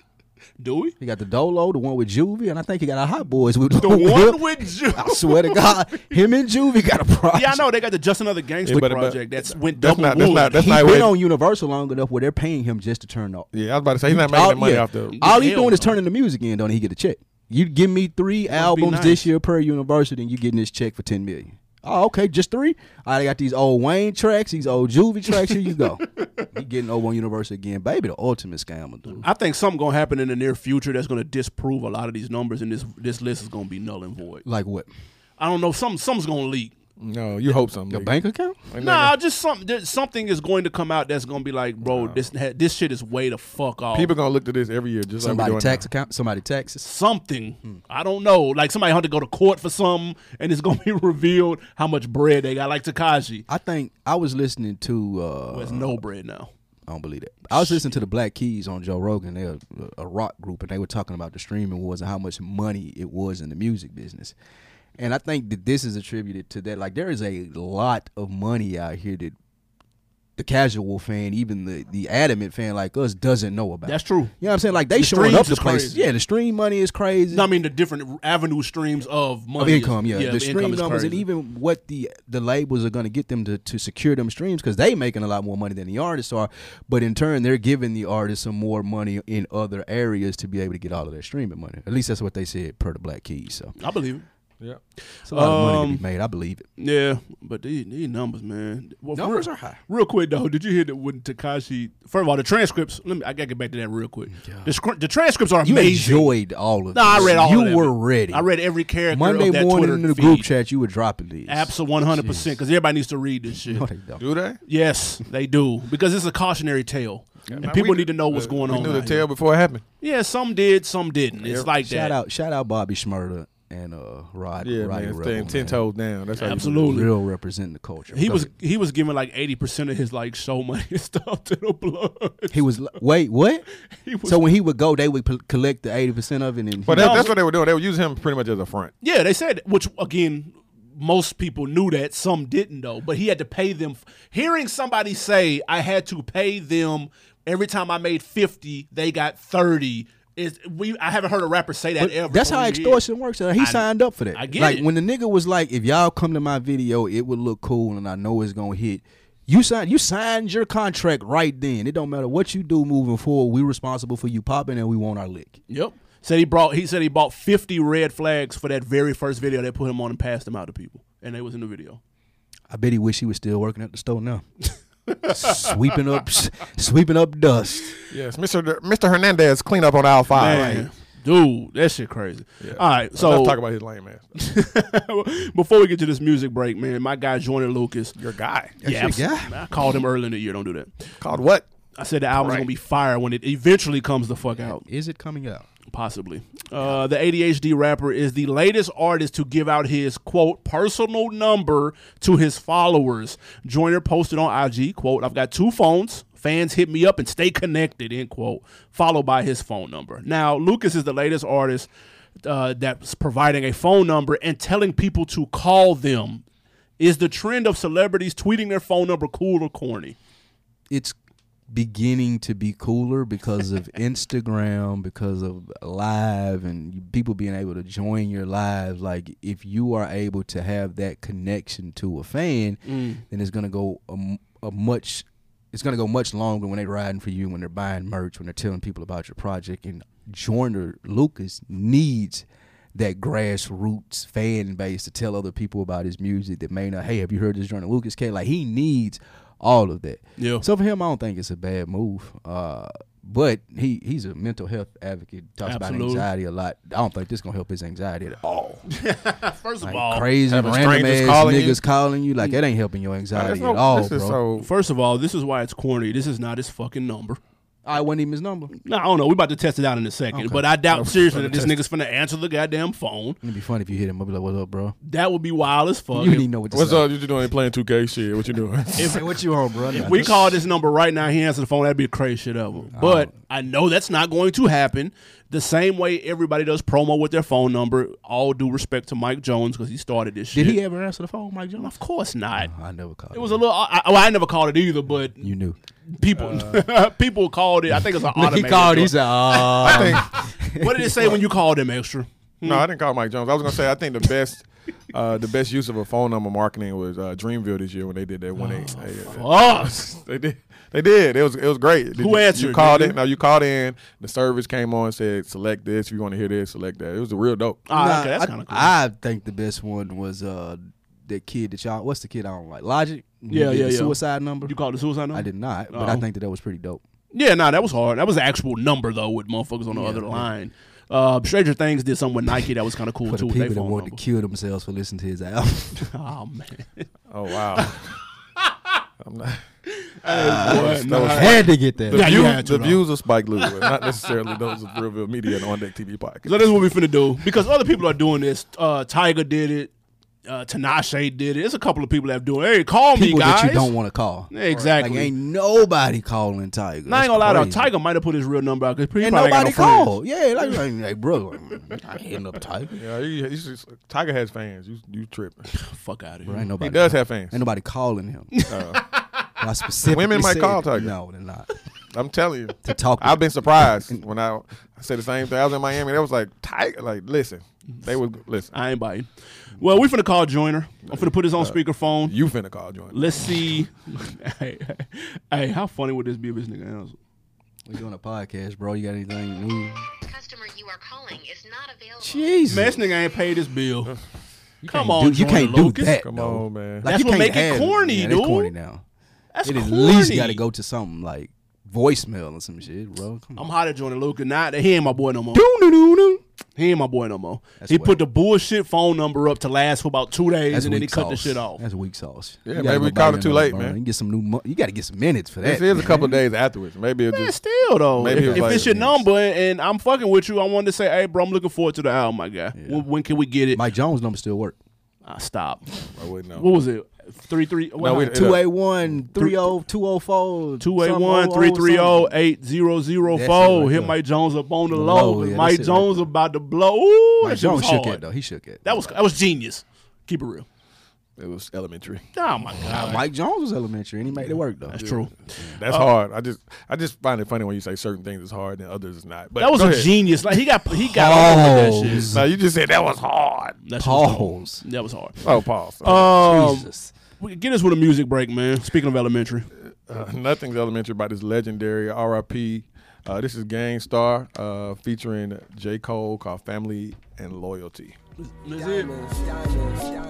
A: Do we?
B: He got the Dolo, the one with Juvie, and I think he got a Hot Boys with
A: The one with you.
B: I swear to God, him and Juvie got a project.
A: Yeah, I know they got the Just Another Gangster
C: Yeah, but- but-
A: project that's went
C: that's
A: double
C: not- that's
A: wood.
C: not- that's
B: He
C: not
B: been
C: what-
B: on Universal long enough where they're paying him just to turn up.
C: Yeah, I was about to say he's not making
B: all,
C: that money
B: yeah.
C: off the.
B: all he
A: Hell
B: doing is
A: no.
B: turning the music in, don't he? He Get a check. You give me three albums
A: nice.
B: this year per university, and you getting this check for ten million. Oh, okay, just three. I got these old Wayne tracks, these old Juvie tracks. Here you go. he getting over on Universal again, baby. The ultimate scammer, dude.
A: I think something gonna happen in the near future that's gonna disprove a lot of these numbers, and this this list is gonna be null and void.
B: Like what?
A: I don't know. Some something's gonna leak.
C: No, you hope something.
B: Your
C: nigga.
B: bank account?
C: Ain't
A: Nah,
C: nothing-
A: just something. there- Something is going to come out that's gonna be like, bro, this ha- this shit is way the fuck off.
C: Oh. people gonna look to this every year. Just
B: Somebody
C: like we're doing
B: tax account? Somebody taxes?
A: something
C: Hmm.
A: I don't know. Like somebody had to go to court for something, and it's gonna be revealed how much bread they got. Like Takashi,
B: I think I was listening to. Uh,
A: there's no bread now.
B: I don't believe that. I was listening to the Black Keys on Joe Rogan. They're a, a rock group, and they were talking about the streaming wars and how much money it was in the music business. And I think that this is attributed to that. Like, there is a lot of money out here that the casual fan, even the, the adamant fan like us, doesn't know about.
A: That's true.
B: You know what I'm saying? Like, they
A: The
B: showing
A: streams
B: up to
A: is
B: places.
A: crazy.
B: Yeah, the stream money is crazy.
A: I mean, the different avenue streams of money,
B: of
A: is-
B: income, yeah. the
A: income
B: stream
A: is
B: numbers and
A: crazy.
B: even what the the labels are going to get them to, to secure them streams because they making a lot more money than the artists are, but in turn they're giving the artists some more money in other areas to be able to get all of their streaming money. At least that's what they said per the Black Keys. So
A: I believe. It.
C: that. Yeah.
B: it's a lot of money to
A: Um,
B: be made. I believe it.
A: Yeah, but these, these numbers, man. Well, for
B: Numbers
A: real-
B: are high.
A: Real quick though, did you hear that when Takashi? First of all, the transcripts. Let me. I gotta get back to that real quick. The, scr- the transcripts are
B: You
A: amazing.
B: enjoyed all of.
A: No, I
B: this.
A: read all.
B: You
A: of that.
B: were ready.
A: I read every character.
B: Monday
A: of that
B: morning
A: Twitter
B: in the
A: feed.
B: group chat. You were dropping these.
A: Absolutely, one hundred percent. Because everybody needs to read this shit.
B: No, they don't.
C: Do they?
A: Yes, they do because it's a cautionary tale, and
C: Nah,
A: people
C: we
A: need to
C: knew-
A: know what's going
C: we
A: on.
C: Knew the
A: out here.
C: tale before it happened.
A: Yeah, some did, some didn't. It's like
B: Shout
A: that.
B: out, shout out, Bobby Schmurda and uh, Rod.
C: Yeah,
B: Roddy
C: man.
B: Rebel,
C: Staying ten
B: man.
C: toes down. That's how you do it.
A: Absolutely.
B: Real representing the culture.
A: He
B: Go
A: was
B: ahead.
A: he was giving like eighty percent of his like show money and stuff to the blood.
B: He was li- wait what?
A: He was-
B: so when he would go, they would pl- collect the eighty percent of it, and
C: But that, that's what they were doing. They were using him pretty much as a front.
A: Yeah, they said which again most people knew that some didn't though, but he had to pay them hearing somebody say I had to pay them every time I made 50, they got 30. Is we I haven't heard a rapper say that ever.
B: that's
A: for
B: how
A: years.
B: extortion works. and He signed up for that.
A: I get
B: like
A: it.
B: when the nigga was like, "If y'all come to my video, it would look cool, and I know it's gonna hit." You signed you signed your contract right then. It don't matter what you do moving forward. We responsible for you popping, and we want our lick.
A: Yep. Said he brought. He said he bought fifty red flags for that very first video that put him on and passed them out to people, and they was in the video.
B: I bet he wish he was still working at the store now. sweeping up, sweeping up dust.
C: Yes, Mr. Der- Mr. Hernandez clean up on aisle five.
A: Man, dude, that shit crazy.
C: Yeah.
A: All right, so
C: Let's talk about his lame ass.
A: before we get to this music break, man, my guy Jordan Lucas.
C: Your guy
A: Yeah,
B: your
A: I'm- I called him early in the year. Don't do that.
C: called what?
A: I said the album's
C: Right.
A: gonna be fire when it eventually comes the fuck out.
B: Is it coming out?
A: Possibly. Uh, the ADHD rapper is the latest artist to give out his quote personal number to his followers. Joyner posted on IG, quote, I've got two phones. Fans hit me up and stay connected, end quote, followed by his phone number. Now, Lucas is the latest artist uh, that's providing a phone number and telling people to call them. Is the trend of celebrities tweeting their phone number cool or corny?
B: It's beginning to be cooler because of Instagram, because of live and people being able to join your live. Like if you are able to have that connection to a fan, then it's gonna go a, m- a much. It's gonna go much longer when they're riding for you, when they're buying merch, when they're telling people about your project. And Joyner Lucas needs that grassroots fan base to tell other people about his music that may not. Hey, have you heard this Joyner Lucas? K like he needs all of that.
A: Yeah.
B: So for him, I don't think it's a bad move. Uh, but he he's a mental health advocate. Talks
A: Absolutely.
B: about anxiety a lot. I don't think this gonna help his anxiety at all.
A: First of
B: Like
A: all,
B: crazy
C: Oh, having
B: random
C: strangers
B: ass
C: calling
B: niggas
C: you. Mm.
B: calling you like that ain't helping your
C: That's
B: anxiety
C: no-
B: at all,
C: this
B: bro.
C: is so.
A: first of all, this is why it's corny. This is not his fucking number.
B: I wasn't even his number. It'd
A: No, I don't know. We're about to test it out in a second, but I doubt seriously that this nigga's finna answer the goddamn phone.
B: be funny if you hit him. I'd be like, "What's up, bro?
A: That would be wild as fuck.
B: You didn't
A: If-
B: even know what to
C: What's
B: say.
C: up? You just doing playing 2K shit? What you doing?
B: Say what you on, bro? Nah,
A: we
B: this-
A: call this number right now, he answers the phone. That'd be the crazy shit ever. But I know that's not going to happen. The same way everybody does promo with their phone number. All due respect to Mike Jones because he started this shit.
B: Did he ever answer the phone, Mike Jones?
A: Of course not.
B: I never called.
A: It was a little. I, I, well, I never called it either, but
B: You knew.
A: people
B: Uh.
A: people called it. I think it's an automated.
B: said, "Ah."
C: I think,
A: What did it say when you called him extra?
C: no, I didn't call Mike Jones. I was gonna say I think the best, uh, the best use of a phone number marketing was uh, Dreamville this year when they did that one eight.
A: Oh,
C: They did. They did. It was it was great. Did
A: Who
C: you, You
A: answered,
C: called
A: nigga?
C: in. No, you called in. The service came on and said, "Select this if you want to hear this. Select that." It was real dope.
A: Ah,
B: Nah,
A: okay, that's
B: I-
A: kind of cool.
B: I think the best one was uh that kid that y'all. What's the kid I don't like? Logic. He
A: Yeah,
B: did
A: yeah,
B: the
A: yeah.
B: Suicide number.
A: you called the suicide number.
B: I did not, but I
A: Oh.
B: think that that was pretty dope.
A: Yeah, nah, that was hard. That was the actual number though, with motherfuckers on the other line. Uh, Stranger Things did something with Nike that was kind of cool
B: For
A: too.
B: the
A: With their
B: people that
A: phone
B: wanted
A: number.
B: to kill themselves for listening to his album.
A: Oh man,
C: Oh wow. I'm not,
A: Boy, nah.
C: was-
B: Had to get
C: the
A: Yeah,
B: that.
A: you
C: view-
A: had to,
C: the
A: though.
C: views of Spike Lee, were not necessarily those of Realville Media and On Deck TV podcast.
A: so this is what we finna do because other people are doing this. Uh, Tiger did it. Uh, Tinashe did it. There's a couple of people that do it. Hey, call
B: People
A: me, guys.
B: that you don't want to call.
A: Yeah, exactly.
B: Like ain't nobody calling Tiger.
A: And I ain't
B: That's
A: gonna lie though.
B: crazy.
A: Tiger might have put his real number out because
B: And nobody called. Yeah, like, like, like, bro, like, I ain't hitting up Tiger.
C: Yeah, you, you, should- Tiger has fans. You you tripping?
A: Fuck out of
B: Bro,
A: here.
B: ain't
C: He
B: nobody.
C: does have fans.
B: Ain't nobody calling him.
A: Uh.
B: I specifically
C: Women might
B: said-
C: call Tiger.
B: No, they're not.
C: I'm telling you.
B: To talk.
C: I've been surprised when I, I said the same thing. I was in Miami. They was like Tiger. Like listen, they was listen.
A: I ain't biting. Well, we finna call Joyner. I'm finna put his
B: Uh,
A: on speakerphone.
C: You finna call joint.
A: Let's see. hey, hey, hey, how funny would this be if this nigga answered?
B: we doing a podcast, bro. You got anything new?
D: customer you are calling is not available.
B: Jesus.
A: Man, this nigga ain't paid his bill. Come
B: can't
A: on,
B: do- you
A: Jordan
B: can't do
A: Lucas.
B: that.
C: Come
B: though.
C: on, man.
A: That's
B: you
A: what
B: can't
A: make it
B: have-
A: corny,
B: yeah, It's
A: dude.
B: corny now.
A: That's
B: it at
A: corny.
B: least got to go to something like voicemail or some shit, bro. Come
A: I'm
B: on.
A: hot at Jordan Luca. Not he ain't my boy no more.
B: Doo-doo-doo-doo.
A: He ain't my boy no more.
B: That's
A: he
B: whack.
A: put the bullshit phone number up to last for about two days,
B: That's
A: and then he
B: weak
A: cut the
B: sauce.
A: shit off.
B: That's weak sauce.
C: Yeah,
B: You gotta
C: maybe
B: go
C: we
B: buy
C: caught
B: you
C: it too
B: another
C: late,
B: burner.
C: man.
B: You can get some new. Mo- you got to get some minutes for that.
C: This is a
B: man.
C: couple days afterwards. Maybe it'll
A: Man,
C: just
A: still though,
C: Maybe
A: if,
C: it's
A: if
C: like-
A: it's your number and I'm fucking with you, I wanted to say, hey, bro, I'm looking forward to the album, my guy. When, when can we get it?
B: Mike Jones number still work.
A: I stop.
C: I wouldn't know.
A: What was it? Three three.
C: No, we-
B: Two eight one three
A: oh,
B: zero two zero four oh.
A: 281-330-8004.
B: That's it
A: Hit
B: right
A: Mike Jones up on the
B: the
A: low.
B: low, yeah,
A: Mike
B: that's it right
A: Jones about to blow. Ooh,
B: Mike
A: that shit was
B: Jones shook
A: hard.
B: it though. He shook it.
A: That was that was genius. Keep it real.
C: It was elementary.
A: Oh my god,
B: Mike Jones was elementary and he made it work though.
A: that's true.
C: That's hard. I just I just find it funny when you say certain things is hard and others is not. But
A: That was
C: go
A: a
C: ahead.
A: genius. Like he got he got all with that shit.
C: No, you just said that was hard.
A: That shit was dope.
B: Pause.
A: That was hard.
C: Oh, pause.
A: Um,
B: Jesus.
A: we- get us with a music break, man. Speaking of elementary,
C: Uh, nothing's elementary about this legendary R.I.P. Uh, this is Gang Star uh, featuring J. Cole called Family and loyalty.
A: That's it.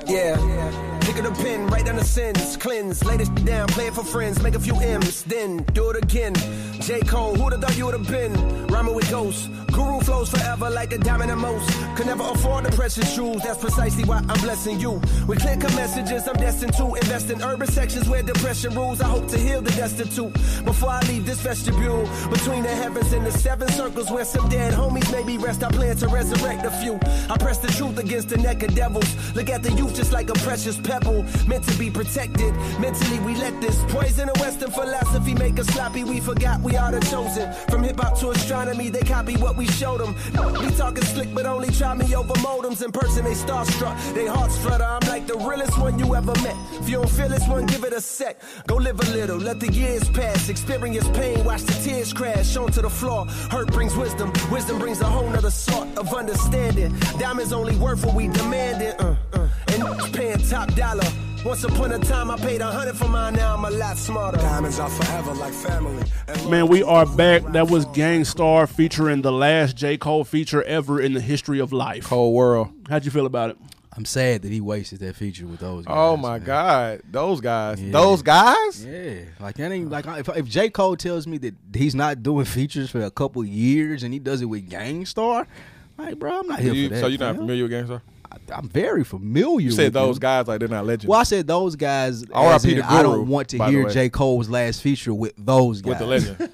E: Yeah. Pick up the pen, write down the sins, cleanse, lay this shit down, play it for friends, make a few M's, then do it again. J. Cole, who'da thought you would've been? Rhyming with ghosts, guru flows forever like a diamond in most. Could never afford the precious jewels, that's precisely why I'm blessing you. With clear cut messages, I'm destined to invest in urban sections where depression rules. I hope to heal the destitute before I leave this vestibule. Between the heavens and the seven circles where some dead homies maybe rest, I plan to resurrect a few. I press the truth against the neck of devils. Look at the youth just like a precious pebble, meant to be protected. Mentally, we let this poison of Western philosophy make us sloppy. We forgot we are the chosen. From hip hop to astronomy, they copy what we showed them. We talking slick, but only try me over modems. In person, they starstruck, they hearts flutter. I'm like the realest one you ever met. If you don't feel this one, give it a sec. Go live a little, let the years pass. Experience pain, watch the tears crash onto the floor. Hurt brings wisdom, wisdom brings a whole nother sort of understanding. Diamonds only worth what we demand it. Uh, uh. And paying top dollar. Once upon a time, I paid a hundred for mine. Now I'm a lot smarter. Diamonds are forever like family.
A: Man, we are back. That was Gangstar featuring the last J. Cole feature ever in the history of life.
C: Whole world.
A: How'd you feel about it?
B: I'm sad that he wasted that feature with those. guys.
C: Oh my
B: man.
C: God, those guys, those guys.
B: Yeah, like that ain't like if, if J Cole tells me that he's not doing features for a couple years and he does it with Gangstar, like bro, I'm not here
C: Do you-
B: for that.
C: so you're not
B: fam.
C: familiar with Gangstar?
B: I, am very familiar.
C: You
B: with
C: said those
B: him.
C: guys like they're not legends.
B: Well, I said those guys. as
C: R.I.P.
B: in,
C: to
B: I
C: Guru,
B: don't want to
C: by the
B: hear
C: way.
B: J Cole's last feature with those guys.
C: with the legend.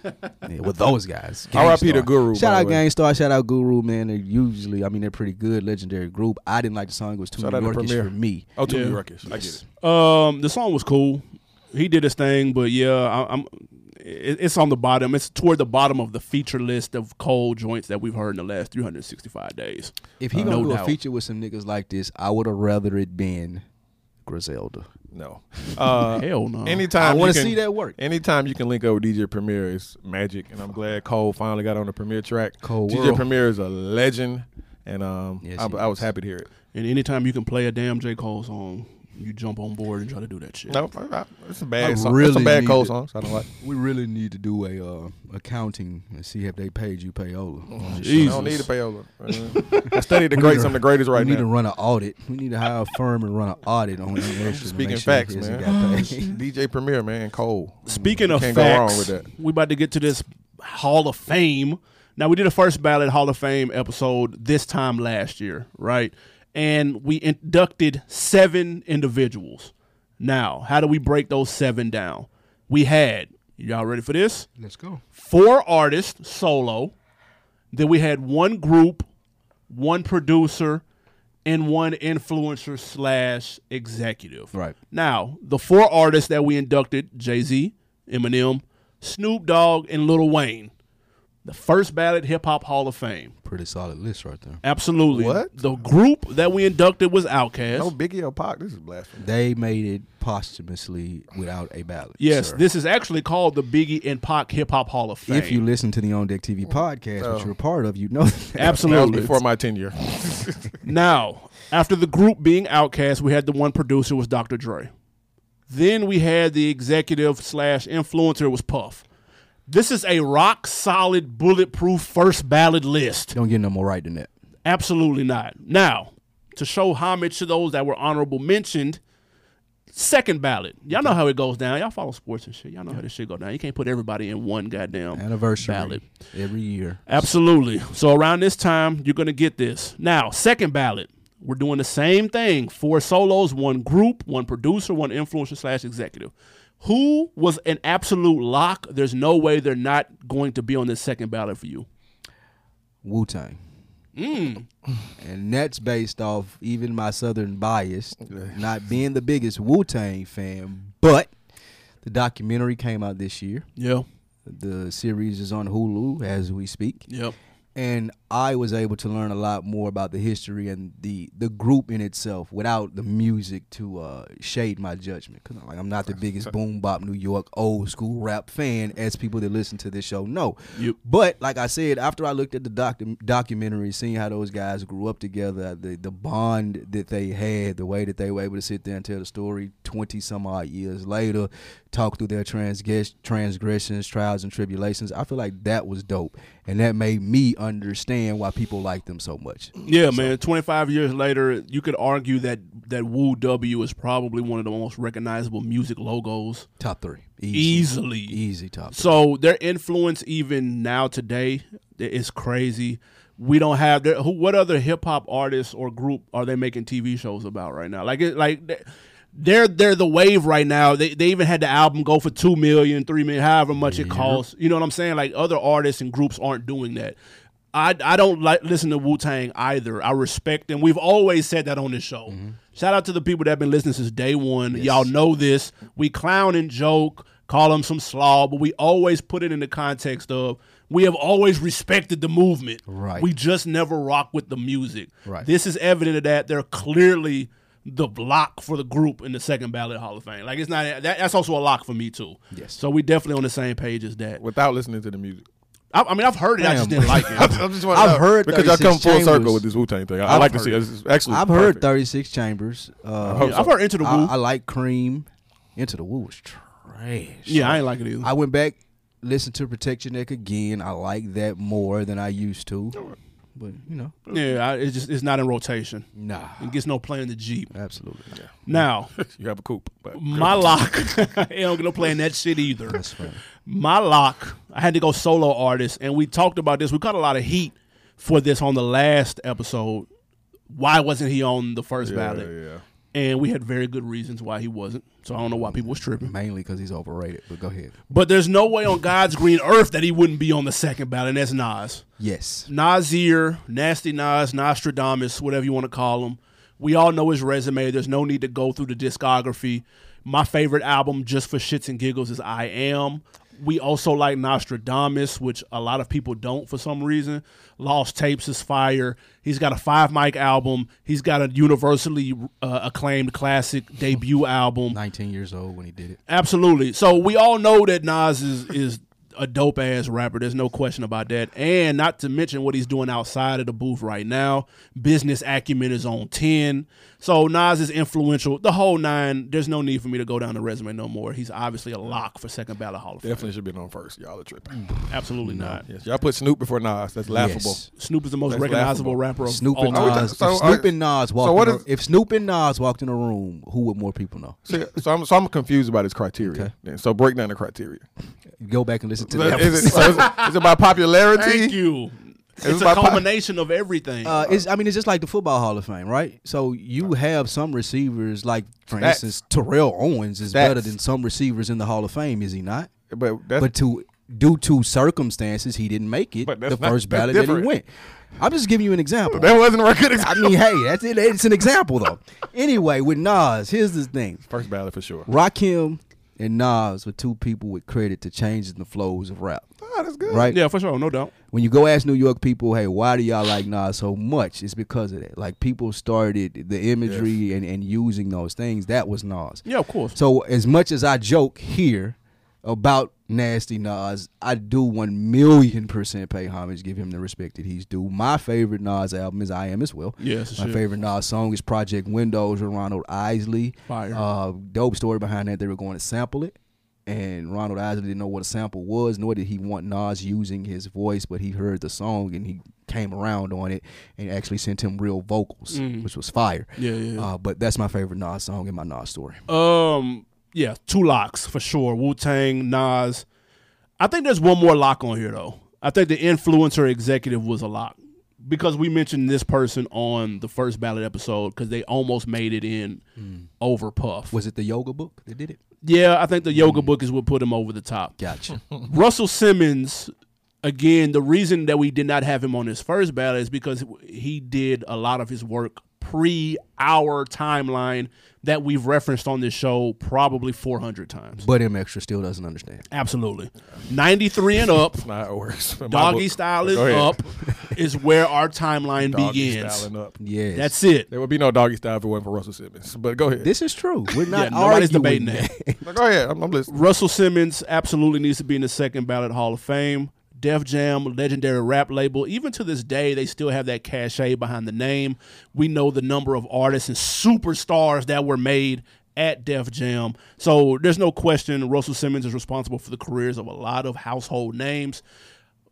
B: Yeah, with those guys.
C: R.I.P. to
B: Gangstar.
C: Guru,
B: Shout
C: by
B: out
C: the way.
B: Gangstar. Shout out Guru. Man, they're usually I mean they're pretty good, legendary group. I didn't like the song. It was too
C: Shout out to
B: Yorkish
C: Premier.
B: for me.
C: oh, two
A: Yeah.
C: New Yorkers. I get it.
A: Um, the song was cool. He did his thing, but yeah, I, I'm. It, it's on the bottom. It's toward the bottom of the feature list of Cole joints that we've heard in the last 365 days.
B: If
A: Uh,
B: he gonna
A: no
B: do
A: doubt.
B: a feature with some niggas like this, I would have rather it been Griselda.
C: No. Uh,
A: Hell no.
C: Anytime
B: I wanna
C: you can-
B: see that work.
C: Anytime you can link up with DJ Premier is magic, and I'm glad Cole finally got on the Premier track.
B: Cole
C: DJ
B: World.
C: Premier is a legend, and um,
B: Yes,
C: I,
B: he
C: I was
B: is.
C: happy to hear it.
A: And anytime you can play a damn J. Cole song, you jump on board and try to do that shit.
C: No, I- I- it's a bad
B: I
C: song. it's
B: really
C: some bad
B: need
C: Cole
B: it.
C: songs. I don't like.
B: We really need to do a uh, accounting and see if they paid you payola.
A: Jesus.
C: I don't need a payola. I studied the greats. I'm the greatest right
B: we need to
C: now.
B: run an audit. We need to hire a firm and run an audit on the
C: Speaking facts, man. DJ Premier, man, Cole.
A: Speaking
C: You
A: of
C: can't go wrong
A: facts,
C: with that.
A: we about to get to this Hall of Fame. Now we did a first ballot Hall of Fame episode this time last year, right? And we inducted seven individuals. Now, how do we break those seven down? We had y'all ready for this?
B: Let's go.
A: Four artists solo. Then we had one group, one producer, and one influencer slash executive.
B: Right.
A: Now, the four artists that we inducted Jay Z, Eminem, Snoop Dogg, and Lil Wayne. The first ballot Hip Hop Hall of Fame.
B: Pretty solid list right there.
A: Absolutely.
C: What?
A: The group that we inducted was Outkast.
C: No Biggie or Pac. This is blasphemy.
B: They made it posthumously without a ballot.
A: yes,
B: sir.
A: this is actually called the Biggie and Pac Hip Hop Hall of Fame.
B: If you listen to the On Deck TV podcast, which you're a part of, you know that.
C: That was
A: Absolutely.
C: before my tenure.
A: Now, after the group being Outkast, we had the one producer was Dr. Dre. Then we had the executive slash influencer was Puff. This is a rock solid, bulletproof first ballot list.
B: Don't get no more right than that.
A: Absolutely not. Now, to show homage to those that were honorable mentioned, second ballot. Y'all know how it goes down. Y'all follow sports and shit. Y'all know how this shit go down. You can't put everybody in one goddamn
B: Anniversary
A: ballot.
B: every year.
A: Absolutely. So around this time, you're going to get this. Now, second ballot. We're doing the same thing. Four solos, one group, one producer, one influencer slash executive. Who was an absolute lock? There's no way they're not going to be on this second ballot for you.
B: Wu Tang.
A: Mm.
B: And that's based off even my Southern bias, not being the biggest Wu Tang fan, but the documentary came out this year.
A: Yeah.
B: The series is on Hulu as we speak.
A: Yep.
B: And I was able to learn a lot more about the history and the, the group in itself without the music to uh, shade my judgment. Because I'm, like, I'm not the biggest boom bop New York old school rap fan, as people that listen to this show know.
A: Yep.
B: But like I said, after I looked at the doc- documentary, seeing how those guys grew up together, the the bond that they had, the way that they were able to sit there and tell the story twenty some odd years later, talk through their transgress- transgressions, trials and tribulations, I feel like that was dope, and that made me understand understand why people like them so much.
A: Yeah, man. Twenty five years later, you could argue that that Woo W is probably one of the most recognizable music logos
B: Top three,
A: easily.
B: easy top. Three.
A: So their influence, even now today, i- is crazy. We don't have there. Who? What other hip hop artists or group are they making TV shows about right now? Like, it, like they- they're they're the wave right now. They they even had the album go for two million, three million, however much it costs. You know what I'm saying? Like other artists and groups aren't doing that. I, I don't like listen to Wu Tang either. I respect them. We've always said that on this show.
B: Mm-hmm.
A: Shout out to the people that have been listening since day one. Y'all know this. We clown and joke, call them some slob, but we always put it in the context of we have always respected the movement.
B: Right.
A: We just never rock with the music.
B: Right.
A: This is evident of that. They're clearly the block for the group in the second ballot Hall of Fame. Like it's not that, that's also a lock for me too.
B: Yes.
A: So we definitely on the same page as that.
C: without listening to the music.
A: I, I mean, I've heard it. I just
B: Damn.
A: didn't like
C: I'm
A: it.
C: just wanna
B: I've
C: know,
B: heard
C: because
B: 36
C: y'all come full
B: Chambers.
C: circle with this Wu Tang thing. I, I
A: I've
C: like to
A: heard
C: see.
A: it.
C: It. It's actually,
B: I've heard
C: perfect.
B: Thirty Six Chambers. Uh,
A: Yeah, I've heard Into the Woo.
B: I, I like Cream. Into the Woo was trash.
A: yeah, I ain't like it either.
B: I went back, listened to Protect Your Neck again. I like that more than I used to. But you know,
A: yeah, I, it's just it's not in rotation.
B: nah,
A: It gets no play in the Jeep.
B: absolutely.
A: Now,
C: You have a coupe, but
A: my lock. it don't get no play in that shit either.
B: That's funny.
A: my lock, I had to go solo artist, and we talked about this. We caught a lot of heat for this on the last episode. Why wasn't he on the first
C: yeah,
A: ballot?
C: yeah.
A: And we had very good reasons why he wasn't. So I don't
C: Mm.
A: know why people was tripping.
B: Mainly because he's overrated. But go ahead.
A: But there's no way on God's green earth that he wouldn't be on the second ballot, and that's Nas.
B: Yes.
A: Nasir, Nasty Nas, Nostradamus, whatever you want to call him. We all know his resume. There's no need to go through the discography. My favorite album, just for shits and giggles, is I Am. We also like Nostradamus, which a lot of people don't for some reason. Lost Tapes is fire. He's got a five mic album. He's got a universally uh, acclaimed classic debut album.
B: Nineteen years old when he did it.
A: Absolutely. So we all know that Nas is is a dope ass rapper. There's no question about that. And not to mention what he's doing outside of the booth right now. Business acumen is on ten. So Nas is influential. The whole nine. There's no need for me to go down the resume no more. He's obviously a lock for second ballot Hall of Fame.
C: Definitely should have been on first. Y'all are
A: Mm.
C: tripping.
A: Absolutely not.
C: Yes, y'all put Snoop before Nas. That's laughable.
B: Yes.
A: Snoop is the most
C: That's
A: recognizable
C: laughable.
A: rapper of
B: Snoop
A: all
B: and
A: time.
B: Nas.
C: so
B: if Snoop
C: are-
B: and Nas walked.
C: so what
B: in a-
C: is-
B: if Snoop and Nas walked in a room, who would more people know?
C: So, so I'm so I'm confused about his criteria. Then. So break down the criteria.
B: Go back and listen to
C: Is
B: that.
C: it, is, it, so is, it- is it by popularity?
A: Thank you. It's a
C: about pop-
A: culmination of everything.
B: Uh, it's, I mean, it's just like the football Hall of Fame, right? So you have some receivers, like for
C: Stats.
B: instance, Terrell Owens is
C: Stats.
B: better than some receivers in the Hall of Fame, is he not?
C: But that's
B: but to due to circumstances, he didn't make it
C: But that's
B: the
C: not-
B: first
C: that's
B: ballot that he
C: different.
B: went. I'm just giving you an example.
C: that wasn't a record.
B: I mean, hey, that's it. It's an example though. Anyway, with Nas, here's the thing:
C: first ballot for sure.
B: Rakim and Nas were two people with credit to changing the flows of rap.
C: Oh, that's good.
B: Right?
A: yeah, for sure, no doubt.
B: when you go ask New York people, hey, why do y'all like Nas so much? It's because of that. Like people started the imagery and, and using those things. That was Nas.
A: Yeah, of course.
B: So as much as I joke here about nasty Nas, I do one million percent pay homage, give him the respect that he's due. My favorite Nas album is I Am as well.
A: Yes,
B: my
A: sure.
B: favorite Nas song is Project Windows with Ronald Isley.
A: Fire.
B: Uh, dope story behind that. They were going to sample it. And Ronald Isley didn't know what a sample was, nor did he want Nas using his voice, but he heard the song and he came around on it and actually sent him real vocals, which was fire.
A: Mm. Yeah, yeah, yeah.
B: Uh, but that's my favorite Nas song and my Nas story.
A: Um, yeah, two locks for sure. Wu Tang, Nas. I think there's one more lock on here though. I think the influencer executive was a lock because we mentioned this person on the first ballot episode because they almost made it in over Puff.
B: Was it the yoga book that did it?
A: yeah, I think the yoga book is what put him over the top.
B: Gotcha.
A: Russell Simmons, again, the reason that we did not have him on his first ballot is because he did a lot of his work pre our timeline that we've referenced on this show probably 400 times.
B: but M Extra still doesn't understand.
A: Absolutely. 93 and up,
C: Nah, it works. My
A: doggy
C: book-
A: style is
C: Go ahead.
A: up, is where our timeline
C: Doggy
A: begins.
C: styling up.
B: Yes.
A: That's it.
C: There would be no doggy style if it wasn't for Russell Simmons. But go ahead.
B: this is true. We're
A: Yeah,
B: not
A: nobody's
B: arguing
A: debating that.
C: No, go ahead. I'm, I'm listening.
A: Russell Simmons absolutely needs to be in the second ballot Hall of Fame. Def Jam, legendary rap label. Even to this day, they still have that cachet behind the name. We know the number of artists and superstars that were made at Def Jam. So there's no question Russell Simmons is responsible for the careers of a lot of household names.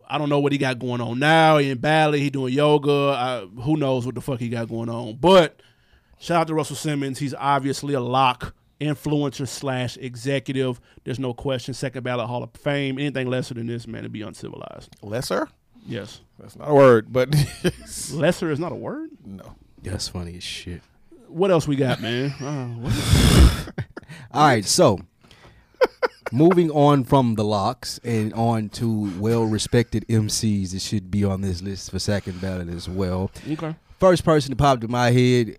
A: I don't know what he got going on now. He in Bali, he doing yoga. I, who knows what the fuck he got going on? But shout out to Russell Simmons. He's obviously a lock influencer slash executive. There's no question. Second ballot Hall of Fame. Anything lesser than this, man, it'd be uncivilized.
C: Lesser?
A: Yes,
C: That's not a word, but
A: lesser is not a word.
C: no.
B: That's funny as shit.
A: What else we got, man? Uh, what-
B: All right, so moving on from the locks and on to well-respected MCs that should be on this list for second ballot as well.
A: okay.
B: First person that popped in my head,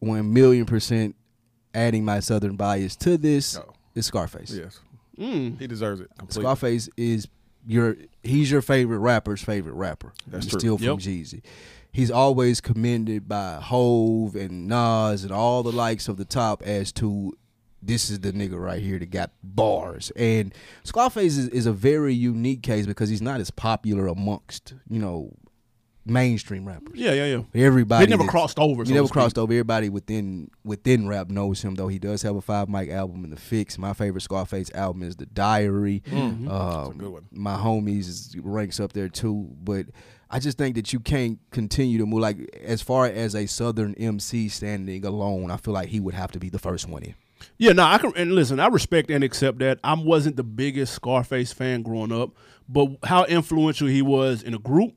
B: one million percent, adding my southern bias to this
C: Oh.
B: is Scarface.
C: Yes. He deserves it completely.
B: Scarface is your he's your favorite rapper's favorite rapper.
C: That's
B: he's
C: true.
B: Still from
A: Yep.
B: Jeezy. He's always commended by Hove and Nas and all the likes of the top as to this is the nigga right here that got bars. And Scarface is, is a very unique case because he's not as popular amongst you know mainstream rappers.
A: Yeah, yeah, yeah.
B: Everybody
A: They never
B: that's-
A: crossed over,
B: He
A: so to
B: never
A: speak.
B: crossed over. Everybody within within rap knows him though. He does have a five mic album in the fix. My favorite Scarface album is The Diary. Um,
C: good one.
B: My homies is- ranks up there too. But I just think that you can't continue to move like as far as a Southern MC standing alone. I feel like he would have to be the first one in.
A: Yeah, no, I can and listen, I respect and accept that. I wasn't the biggest Scarface fan growing up, but how influential he was in a group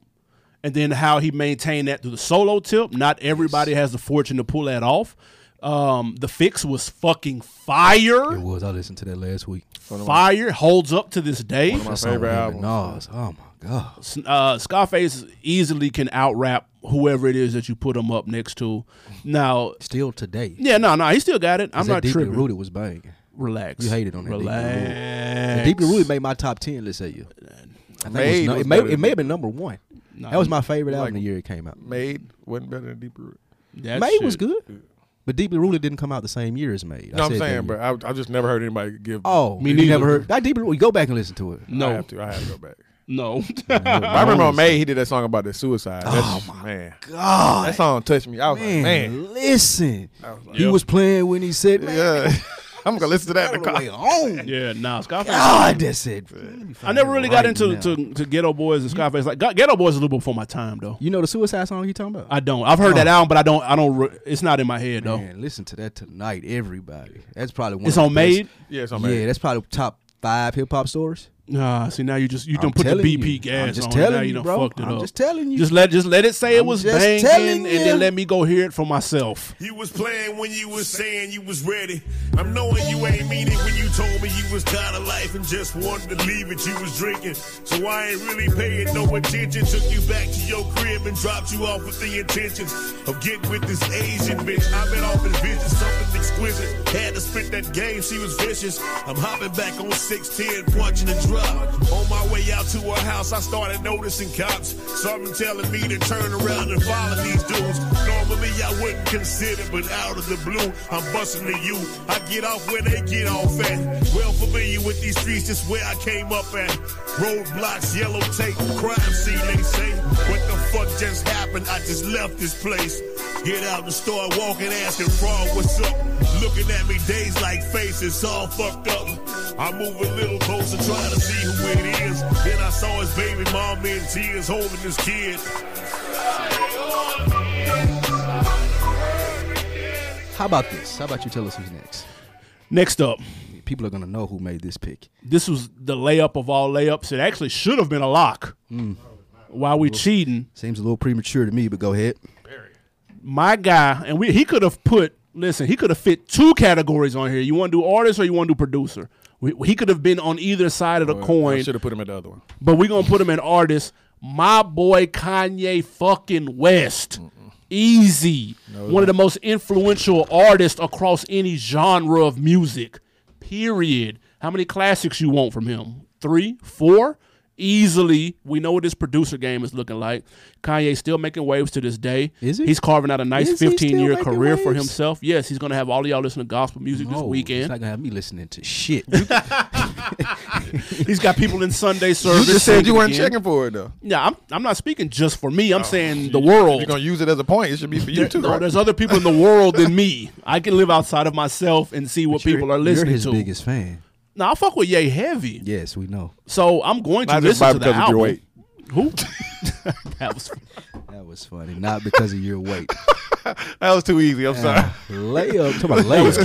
A: and then how he maintained that through the solo tip. Not everybody has the fortune to pull that off. Um, the fix was fucking
B: It
A: fire.
B: was. I listened to that last week.
A: Fire holds up to this day.
C: my
B: That song
C: favorite
B: with him and
C: album.
B: Nas. Oh my god.
A: uh, Scarface easily can out rap whoever it is that you put him up next to. Now,
B: Still today.
A: yeah, no, no, he still got it. I'm
B: that
A: not
B: deeply
A: tripping.
B: rooted was banging.
A: Relax.
B: You hated on that Deeply Rooted.
A: Relax.
B: Deeply Rooted made my top ten. Let's say you. I think
C: Made
B: it, was, no-
C: was
B: it, may,
C: better
B: it
C: than
B: may have been number one. that was my favorite
C: like-
B: album the year it came out.
C: Made wasn't better than Deep Root.
A: That
B: Made was
A: shit.
B: good, but Deeply Rooted didn't come out the same year as Made.
C: No,
B: I
C: I'm
B: said that year.
C: saying, but I, I just never heard anybody give.
B: Oh,
A: Me
B: you
A: neither.
B: never heard that Deeply Rooted. Go back and listen to it.
C: I
A: No,
C: have to. I have to go back.
A: no.
C: But I remember on May he did that song about the suicide. That's, man,
B: Oh, God,
C: that song touched me. I was
B: man,
C: like, man,
B: listen. he
A: Yep.
B: was playing when he said, "Man,
C: yeah, I'm gonna listen to that in the
B: all the
C: car.
B: way on."
A: yeah, nah. Scarface.
B: God, that's it.
A: I never really got
B: Right
A: into
B: now.
A: to, to Ghetto Boys and Scarface. Like Gu- Ghetto Boys is a little before my time, though.
B: You know the suicide song you talking about?
A: I don't. I've heard that album, but I don't. I don't. Re- it's not in my head though.
B: Man, listen to that tonight, everybody. That's probably one.
A: It's
B: of the
A: on
B: best-
A: Made.
C: Yeah, it's on May.
B: Yeah, that's probably top five hip hop stories.
A: Nah. See now you just you
B: I'm
A: done put the
B: telling you.
A: BP gas
B: I'm just
A: on.
B: telling
A: now
B: you,
A: you done
B: bro.
A: fucked it
B: I'm
A: up.
B: just telling you.
A: Just let just let it say it
B: I'm
A: was
B: just
A: banging,
B: telling
A: and
B: you.
A: then let me go hear it for myself.
F: You was playing when you was saying you was ready. I'm knowing you ain't mean it when you told me you was tired of life and just wanted to leave it. You was drinking, so I ain't really paying no attention. Took you back to your crib and dropped you off with the intentions of getting with this Asian bitch. I've been off in business, something exquisite. Had to spit that game, she was vicious. I'm hopping back on 610, punching the drop. On my way out to her house, I started noticing cops. Something telling me to turn around and follow these dudes. Normally I wouldn't consider, but out of the blue, I'm busting to you. I get off where they get off at. Well familiar with these streets, this where I came up at. Roadblocks, yellow tape, crime scene, they say. What the fuck just happened? I just left this place. Get out and start walking, asking Frog what's up. Looking at me days like faces, all fucked up. I move a little closer, trying to see who it is. Then I saw his baby mama in tears holding his kid.
B: How about this? How about you tell us who's next?
A: Next up,
B: People are gonna know who made this pick.
A: this was the layup of all layups. It actually should have been a lock.
B: Hmm.
A: While we cheating,
B: Seems a little premature to me, but go ahead.
A: my guy, and we he could have put. Listen, he could have fit two categories on here. You want to do artist or you want to do producer? We, he could have been on either side of the coin,
C: should have put him at the other one.
A: but we're gonna put him in artist. My boy Kanye fucking West, easy, one of the most influential artists across any genre of music. Period. How many classics you want from him? Three, four, easily. We know what this producer game is looking like. Kanye still making waves to this day.
B: Is he?
A: He's carving out a nice
B: Is he
A: 15 year
B: still making
A: career for
B: waves?
A: himself. Yes, he's gonna have all of y'all listen to gospel music this
B: No, It's
A: weekend.
B: not gonna have me listening to shit.
A: he's got people in Sunday
C: You
A: service.
C: just said you
A: singing
C: weren't
A: again.
C: checking for it though.
A: Yeah, I'm, I'm not speaking just for me. I'm saying the world.
C: You're Oh, gonna use it as a point. It should be for you
A: There-
C: too.
A: no,
C: right?
A: There's other people in the world than me. I can live outside of myself and see what people are listening
B: You're his
A: to.
B: biggest fan.
A: Now I fuck with Ye Heavy,
B: Yes, we know.
A: so I'm going to
C: Not just
A: listen
C: by
A: to the
C: because of your
A: album.
C: weight.
A: Who? that was
B: That was funny. Not because of your weight.
C: That was too easy. I'm sorry.
B: layup. Talk about
A: that was
B: layup.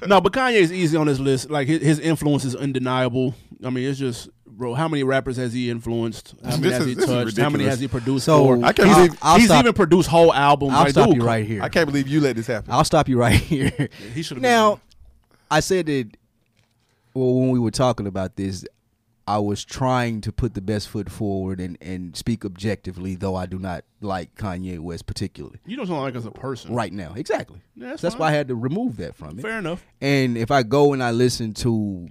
A: cute. no, but Kanye is easy on this list. Like his, his influence is undeniable. I mean, it's just bro. How many rappers has he influenced? How many
C: This
A: has
C: is-
A: he
C: this is
A: touched? How many
C: ridiculous.
A: has he produced?
B: So,
A: for?
C: I can't
A: he's,
C: believe-
B: I'll
A: he's
B: stop-
A: even produced whole albums.
B: I'll
A: like,
B: stop
A: dude,
B: you
A: come-
B: right here.
C: I can't believe you let this happen.
B: I'll stop you right here.
A: He should have
B: Now, I said that. Well, when we were talking about this, I was trying to put the best foot forward and and speak objectively, though I do not like Kanye West particularly
A: you don't sound like as a person.
B: right now. Exactly.
A: Yeah, that's
B: So why I
A: fine.
B: had to remove that from it.
A: Fair enough.
B: And if I go and I listen to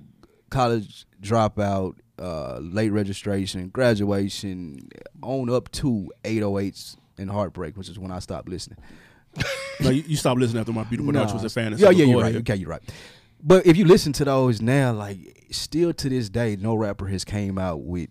B: college dropout, uh, late registration, graduation, on up to 808s and heartbreak, which is when I stopped listening.
A: No, you, you stop listening after my beautiful
B: No,
A: daughter was a fantasy.
B: Yeah, yeah,
A: Go
B: you're right.
A: ahead.
B: Okay, you're right. But if you listen to those now, like still to this day, no rapper has came out with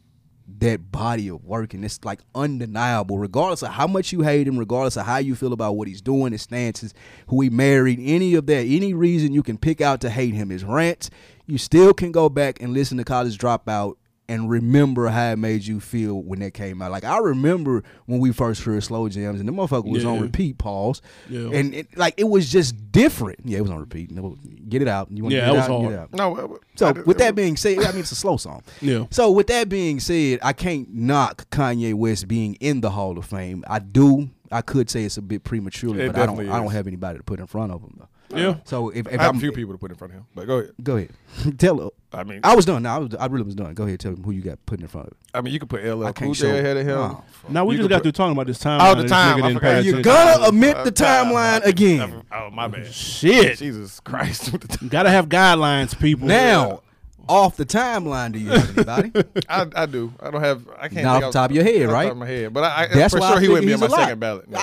B: that body of work, and it's like undeniable. Regardless of how much you hate him, regardless of how you feel about what he's doing, his stances, who he married, any of that, any reason you can pick out to hate him, his rants, you still can go back and listen to College Dropout and remember how it made you feel when that came out. Like I remember when we first heard Slow Jams, and the motherfucker was on
A: Yeah.
B: repeat. Pause,
A: Yeah.
B: and it, like it was just different. Yeah, it was on repeat. No, Get it out. You want
A: Yeah,
B: to get it
A: that
B: out?
A: was
B: get it
A: hard.
B: out.
C: no. I- I- I-
B: So with that being said, I mean it's a slow song.
A: Yeah.
B: So with that being said, I can't knock Kanye West being in the Hall of Fame. I do. I could say it's a bit prematurely,
C: It
B: but I don't.
C: definitely
B: I don't
C: is.
B: have anybody to put in front of him. Though.
A: Yeah.
B: So if, if
C: I have
B: I'm
C: a few people to put in front of him, but go ahead.
B: go ahead, tell.
C: I mean,
B: I was done. No, I was. I really was done. Go ahead, tell him who you got putting in front of.
C: I mean, you could put LL
B: I
C: Cool
B: can't
C: J
B: show-
C: ahead of him.
B: No.
A: Now we
C: You
A: just
C: could
A: got
C: put-
A: through talking about this time.
C: All the
A: This
C: time,
A: nigga
C: I
A: didn't
C: forgot.
A: pay
B: You
A: attention.
B: gotta omit the timeline again.
C: Oh my bad.
A: shit.
C: Jesus Christ. What the t-
A: Gotta have guidelines, people.
B: Now, off the timeline, do you have anybody?
C: I, I do. I don't have. I can't.
B: Not
C: think
B: off the top of your head,
C: off the
B: right?
C: top of my head, but I, I
B: That's
C: for
B: why I
C: sure he wouldn't be on
B: figure
C: my
B: he's a lot.
C: second ballot. No.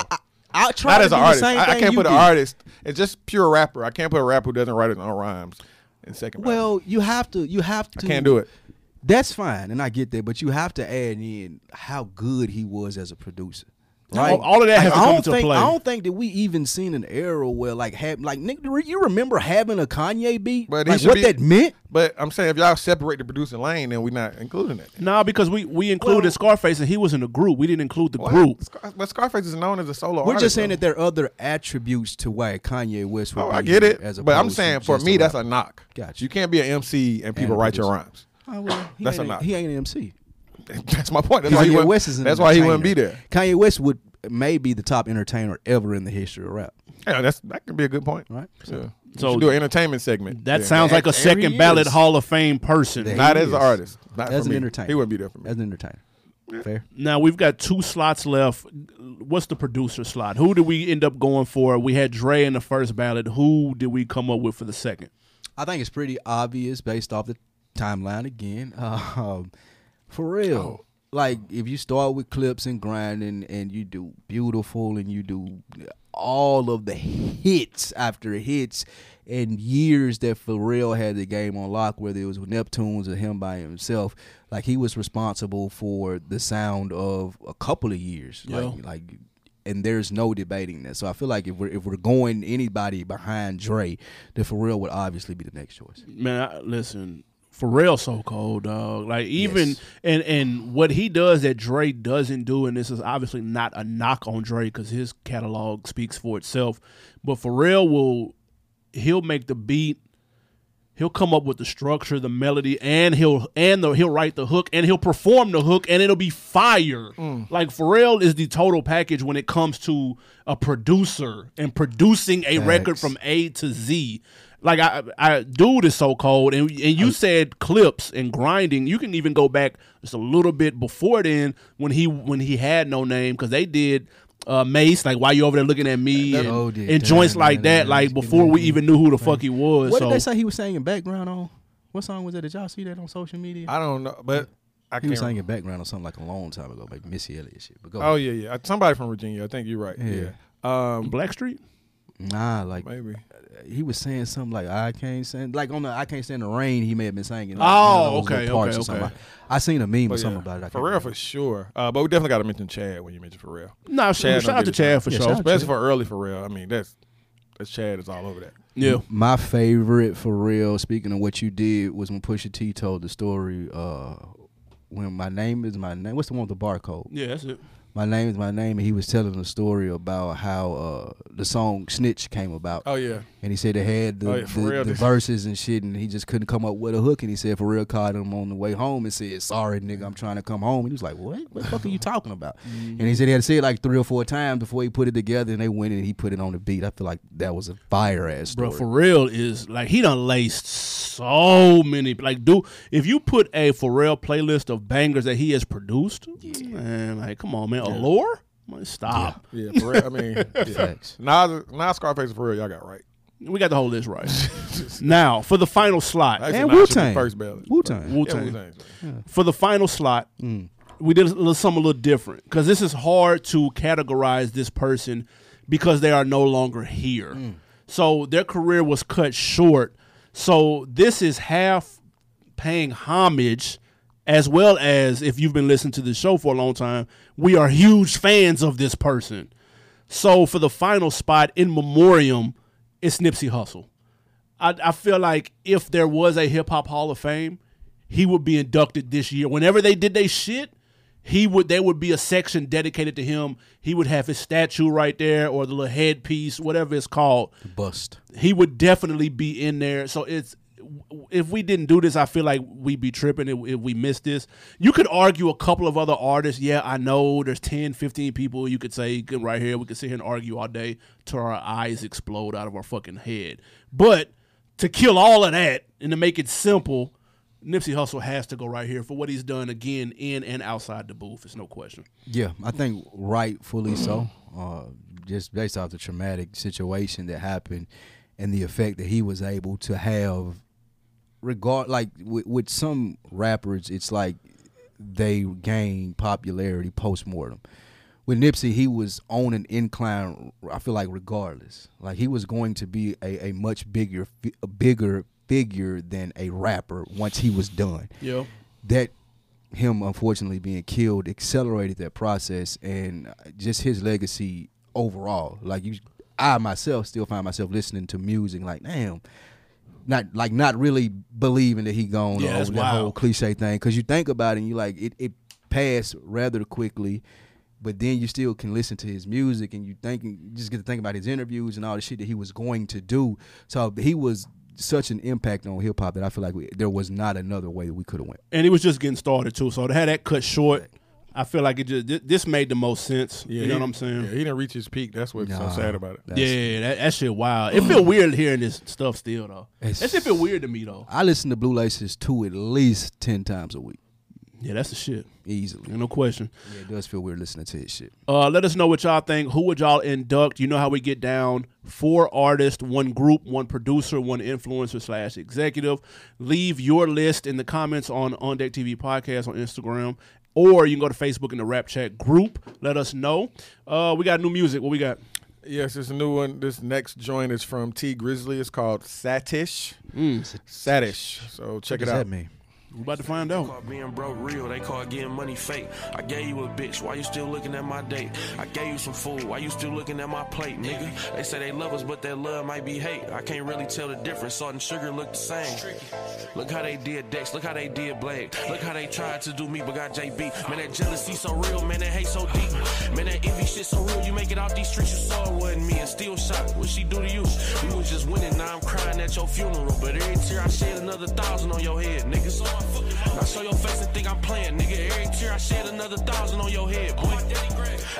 B: I try
C: Not
B: to
C: as
B: do
C: an
B: the
C: artist.
B: same
C: I, I
B: thing
C: can't
B: you
C: put an
B: did.
C: artist. It's just pure rapper. I can't put a rapper who doesn't write his own rhymes in second. ballot.
B: Well, you have to. You have to.
C: I can't do it.
B: That's fine, and I get that, but you have to add in how good he was as a producer. Right,
A: all- all of that has to
B: I
A: come
B: don't
A: into
B: think,
A: play.
B: I don't think that we even seen an era where like had like Nick, you remember having a Kanye beat?
C: But he
B: like
C: should
B: what
C: be-
B: that meant?
C: But I'm saying if y'all separate the producing lane, then we're not including that.
A: Nah, because we we included
C: Well-
A: Scarface and he was in the group. We didn't include the
C: Why-
A: group.
C: Scar- but Scarface is known as a solo.
B: We're just
C: artist,
B: saying
C: though.
B: that there are other attributes to why Kanye West would
C: Oh,
B: be
C: I get it.
B: as
C: but I'm
B: opposed to
C: saying for
B: just
C: me, that's
B: rapper.
C: a knock.
B: Gotcha.
C: You can't be an MC and people
B: a
C: write your rhymes.
B: Oh, well, he
C: That's
B: ain't
C: a knock.
B: He ain't an MC.
C: That's my point. That's why he,
B: Kanye
C: wouldn't-
B: West is an
C: that's why he wouldn't be
B: entertainer.
C: there.
B: Kanye West would may be the top entertainer ever in the history of rap.
C: Yeah, that's that could be a good point.
B: Right.
C: So,
A: So-
C: do an entertainment segment.
A: That
C: Yeah.
A: sounds like a
B: There he
A: second ballot
B: is.
A: Hall of Fame person.
B: There
C: not
B: he
C: as
B: is.
C: an artist. Not
B: As
C: for
B: an
C: me.
B: entertainer,
C: He wouldn't be there for me.
B: As an entertainer, fair.
A: Now we've got two slots left. What's the producer slot? Who did we end up going for? We had Dre in the first ballot. Who did we come up with for the second?
B: I think it's pretty obvious based off the timeline again. Um, for real. Like if you start with clips and grinding and you do beautiful and you do all of the hits after hits and years that Pharrell had the game on lock, whether it was with Neptunes or him by himself, like he was responsible for the sound of a couple of years. Like like and there's no debating that. So I feel like if we're if we're going anybody behind Dre, then Pharrell would obviously be the next choice.
A: Man, I, listen, Pharrell so cold, dog. Like even
B: Yes.
A: and and what he does that Dre doesn't do, and this is obviously not a knock on Dre because his catalog speaks for itself. But Pharrell will he'll make the beat. He'll come up with the structure, the melody, and he'll and the, he'll write the hook, and he'll perform the hook, and it'll be fire.
B: Mm.
A: Like Pharrell is the total package when it comes to a producer and producing a record
B: Facts.
A: from a to Z. Like I, I dude is so cold, and and you said clips and grinding. You can even go back just a little bit before then when he when he had no name because they did uh, Mace like why you over there looking at me and,
B: Oh, did
A: and
B: that,
A: joints
B: man,
A: like that
B: that
A: like
B: was-
A: before we even knew who the fuck he was.
B: What
A: so
B: did they say he was singing background on? What song was that? Did y'all see that on social media?
C: I don't know, but I
B: he was
C: can't.
B: singing background on something like a long time ago, like Missy Elliott shit. But go
C: oh yeah, yeah. Somebody from Virginia. I think you're right. Yeah. Um,
A: Blackstreet.
B: nah, like
C: maybe.
B: he was saying something like I can't stand, like on the I can't stand the rain. He may have been singing. Like,
A: Oh,
B: one of those
A: okay,
B: little parts
A: okay,
B: or something.
A: okay.
B: I, I seen a meme or
C: But
B: something
C: yeah,
B: about it. I can't
C: Pharrell
B: remember.
C: for sure. Uh, but we definitely got to mention Chad when you mention Pharrell,
A: Nah, shout,
C: Chad
A: shout
C: don't
A: out to
C: do this.
A: Chad for
B: Yeah,
A: sure.
B: shout out to-
C: especially for early Pharrell. I mean, that's that's Chad is all over that.
A: Yeah,
B: My favorite for real, speaking of what you did, was when Pusha T told the story uh, when my name is my name. What's the one with the barcode?
A: Yeah, that's it.
B: My name is my name, and he was telling a story about how uh, the song "Snitch" came about.
C: Oh yeah.
B: And he said they had the,
C: Oh, yeah, for
B: the,
C: real,
B: the
C: dude.
B: verses and shit, and he just couldn't come up with a hook. And he said, for real, caught him on the way home and said, sorry, nigga, I'm trying to come home. And he was like, what? What the fuck are you talking about?
C: Mm-hmm.
B: And he said he had to say it like three or four times before he put it together, and they went in and he put it on the beat. I feel like that was a fire ass story.
A: Bro, for real is like he done laced so many. Like, dude, if you put a Pharrell playlist of bangers that he has produced, man, like, come on, man, Allure, Man, stop.
C: Yeah, for real. I mean, yeah.
B: Facts.
C: Nas, Nas Scarface for real. Y'all got right.
A: We got the whole list right. now for the final slot.
C: Actually,
B: And
C: Nas should be
B: Wu-Tang.
C: First ballot.
B: Wu-Tang.
C: Yeah,
A: Wu-Tang.
C: Wu-Tang.
A: for the final slot, we did a little, something a little different because this is hard to categorize this person because they are no longer here. So their career was cut short. So this is half paying homage, as well as if you've been listening to the show for a long time, we are huge fans of this person. So for the final spot in memoriam, it's Nipsey Hussle. I, I feel like if there was a hip hop Hall of Fame, he would be inducted this year. Whenever they did they shit, he would there would be a section dedicated to him. He would have his statue right there or the little headpiece, whatever it's called.
B: Bust.
A: He would definitely be in there. So it's if we didn't do this, I feel like we'd be tripping if, if we missed this. You could argue a couple of other artists. Yeah, I know there's 10, 15 people you could say good right here. We could sit here and argue all day till our eyes explode out of our fucking head. But to kill all of that and to make it simple, Nipsey Hussle has to go right here for what he's done again in and outside the booth. It's no question.
B: Yeah, I think rightfully so. Uh, just based off the traumatic situation that happened and the effect that he was able to have, regard like with, with some rappers, it's like they gain popularity post mortem. With Nipsey, he was on an incline. I feel like regardless, like he was going to be a, a much bigger, fi- a bigger figure than a rapper once he was done
A: Yeah.
B: that him unfortunately being killed accelerated that process and uh, just his legacy overall. Like you, I myself still find myself listening to music like, damn, not like not really believing that he gone
A: Yeah, that's
B: over that whole
A: wild.
B: cliche thing because you think about it and you like it, it passed rather quickly. But then you still can listen to his music, and you think you just get to think about his interviews and all the shit that he was going to do. So he was such an impact on hip hop that I feel like we, there was not another way that we could have went.
A: and he was just getting started too. So to have that cut short, I feel like it just thi- this made the most sense.
C: Yeah,
A: you know
C: he-
A: what I'm saying?
C: Yeah, he didn't reach his peak. That's what's
B: Nah.
C: so sad about it.
A: Yeah, that, that shit wild. It feel weird hearing this stuff still though.
B: It's-
A: that shit feel weird to me though.
B: I listen to Blue Laces two at least ten times a week,
A: Yeah, that's the shit.
B: easily.
A: Ain't no question.
B: Yeah, it does feel weird listening to his shit.
A: Uh, let us know what y'all think. Who would y'all induct? You know how we get down. Four artists, one group, one producer, one influencer slash executive. Leave your list in the comments on On Deck TV podcast on Instagram, or you can go to Facebook in the Rap Chat group. Let us know. Uh, we got new music. What we got?
C: Yes, it's a new one. This next joint is from T Grizzly. It's called Satish.
B: Mm.
C: Satish. So check it out.
B: mean?
A: We about to find out.
G: call being broke real. They call getting money fake. I gave you a bitch. Why you still looking at my date? I gave you some food. Why you still looking at my plate, nigga? They say they love us, but that love might be hate. I can't really tell the difference. Salt and sugar look the same. Look how they did Dex. Look how they did Blade. Look how they tried to do me, but got JB. Man, that jealousy so real. Man, that hate so deep. Man, that envy shit so real. You make it out these streets. You saw it wasn't me and still shocked. What she do to you? We was just winning. Now I'm crying at your funeral. But every tear I shed another thousand on your head, nigga. So I fuck- now show your face and think I'm playing, nigga. Every tear I shed another thousand on your head, boy.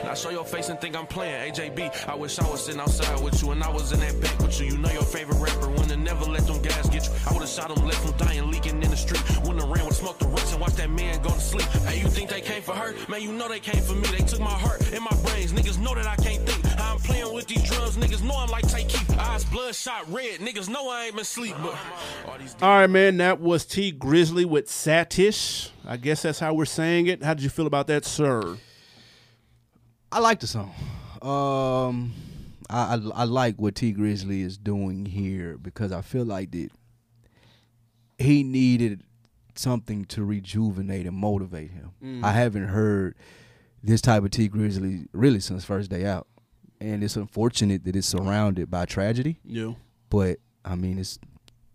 G: Now show your face and think I'm playing. AJB, I wish I was sitting outside with you and I was in that back with you. You know your favorite rapper wouldn't have never let them guys get you. I would have shot them, left them dying, leaking in the street. Wouldn't have ran with smoke the rest and watched that man go to sleep. Hey, you think they came for her? Man, you know they came for me. They took my heart and my brains. Niggas know that I can't think. How I'm playing with these drugs. Niggas know I'm like Take Keith. Eyes bloodshot red. Niggas know I ain't been sleep, but all these.
A: All right, man. That was T Grizzly with Satish. I guess that's how we're saying it. How did you feel about that, sir?
B: I like the song. Um, I, I I like what T Grizzly is doing here because I feel like that he needed something to rejuvenate and motivate him. I haven't heard this type of T Grizzly really since first day out, and it's unfortunate that it's surrounded by tragedy.
A: Yeah.
B: But I mean, it's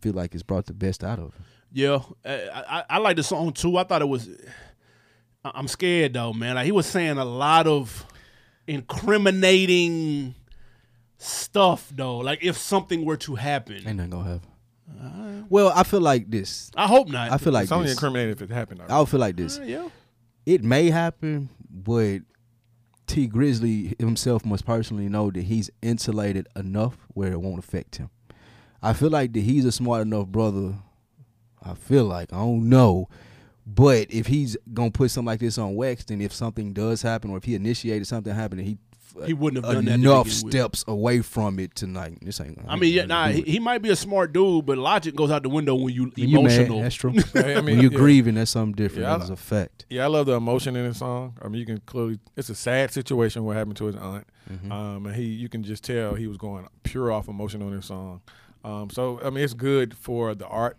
B: feel like it's brought the best out of him.
A: Yeah. I, I, I like the song too. I thought it was I- I'm scared though, man. Like he was saying a lot of incriminating stuff though. Like if something were to happen,
B: Ain't nothing gonna happen. well, I feel like this.
A: I hope not.
B: I feel like
C: It's only
B: this.
C: incriminating if it happened.
B: I would feel like this.
A: yeah.
B: It may happen, but T Grizzly himself must personally know that he's insulated enough where it won't affect him. I feel like that he's a smart enough brother. I feel like I don't know, but if he's gonna put something like this on wax, then if something does happen, or if he initiated something happening, he
A: He wouldn't have done that to
B: enough
A: begin with.
B: steps away from it tonight. This ain't.
A: I mean, yeah, nah,
B: do
A: he,
B: it.
A: he might be a smart dude, but logic goes out the window when you
B: When you mad,
A: emotional.
B: that's true.
C: I
B: when
C: mean,
B: you're
C: yeah.
B: grieving, that's something different.
C: Yeah, I-
B: That's a fact.
C: Yeah, I love the emotion in the song. I mean, you can clearly it's a sad situation what happened to his aunt.
B: Mm-hmm.
C: Um, and he you can just tell he was going pure off emotion on this song. Um, so I mean, it's good for the art.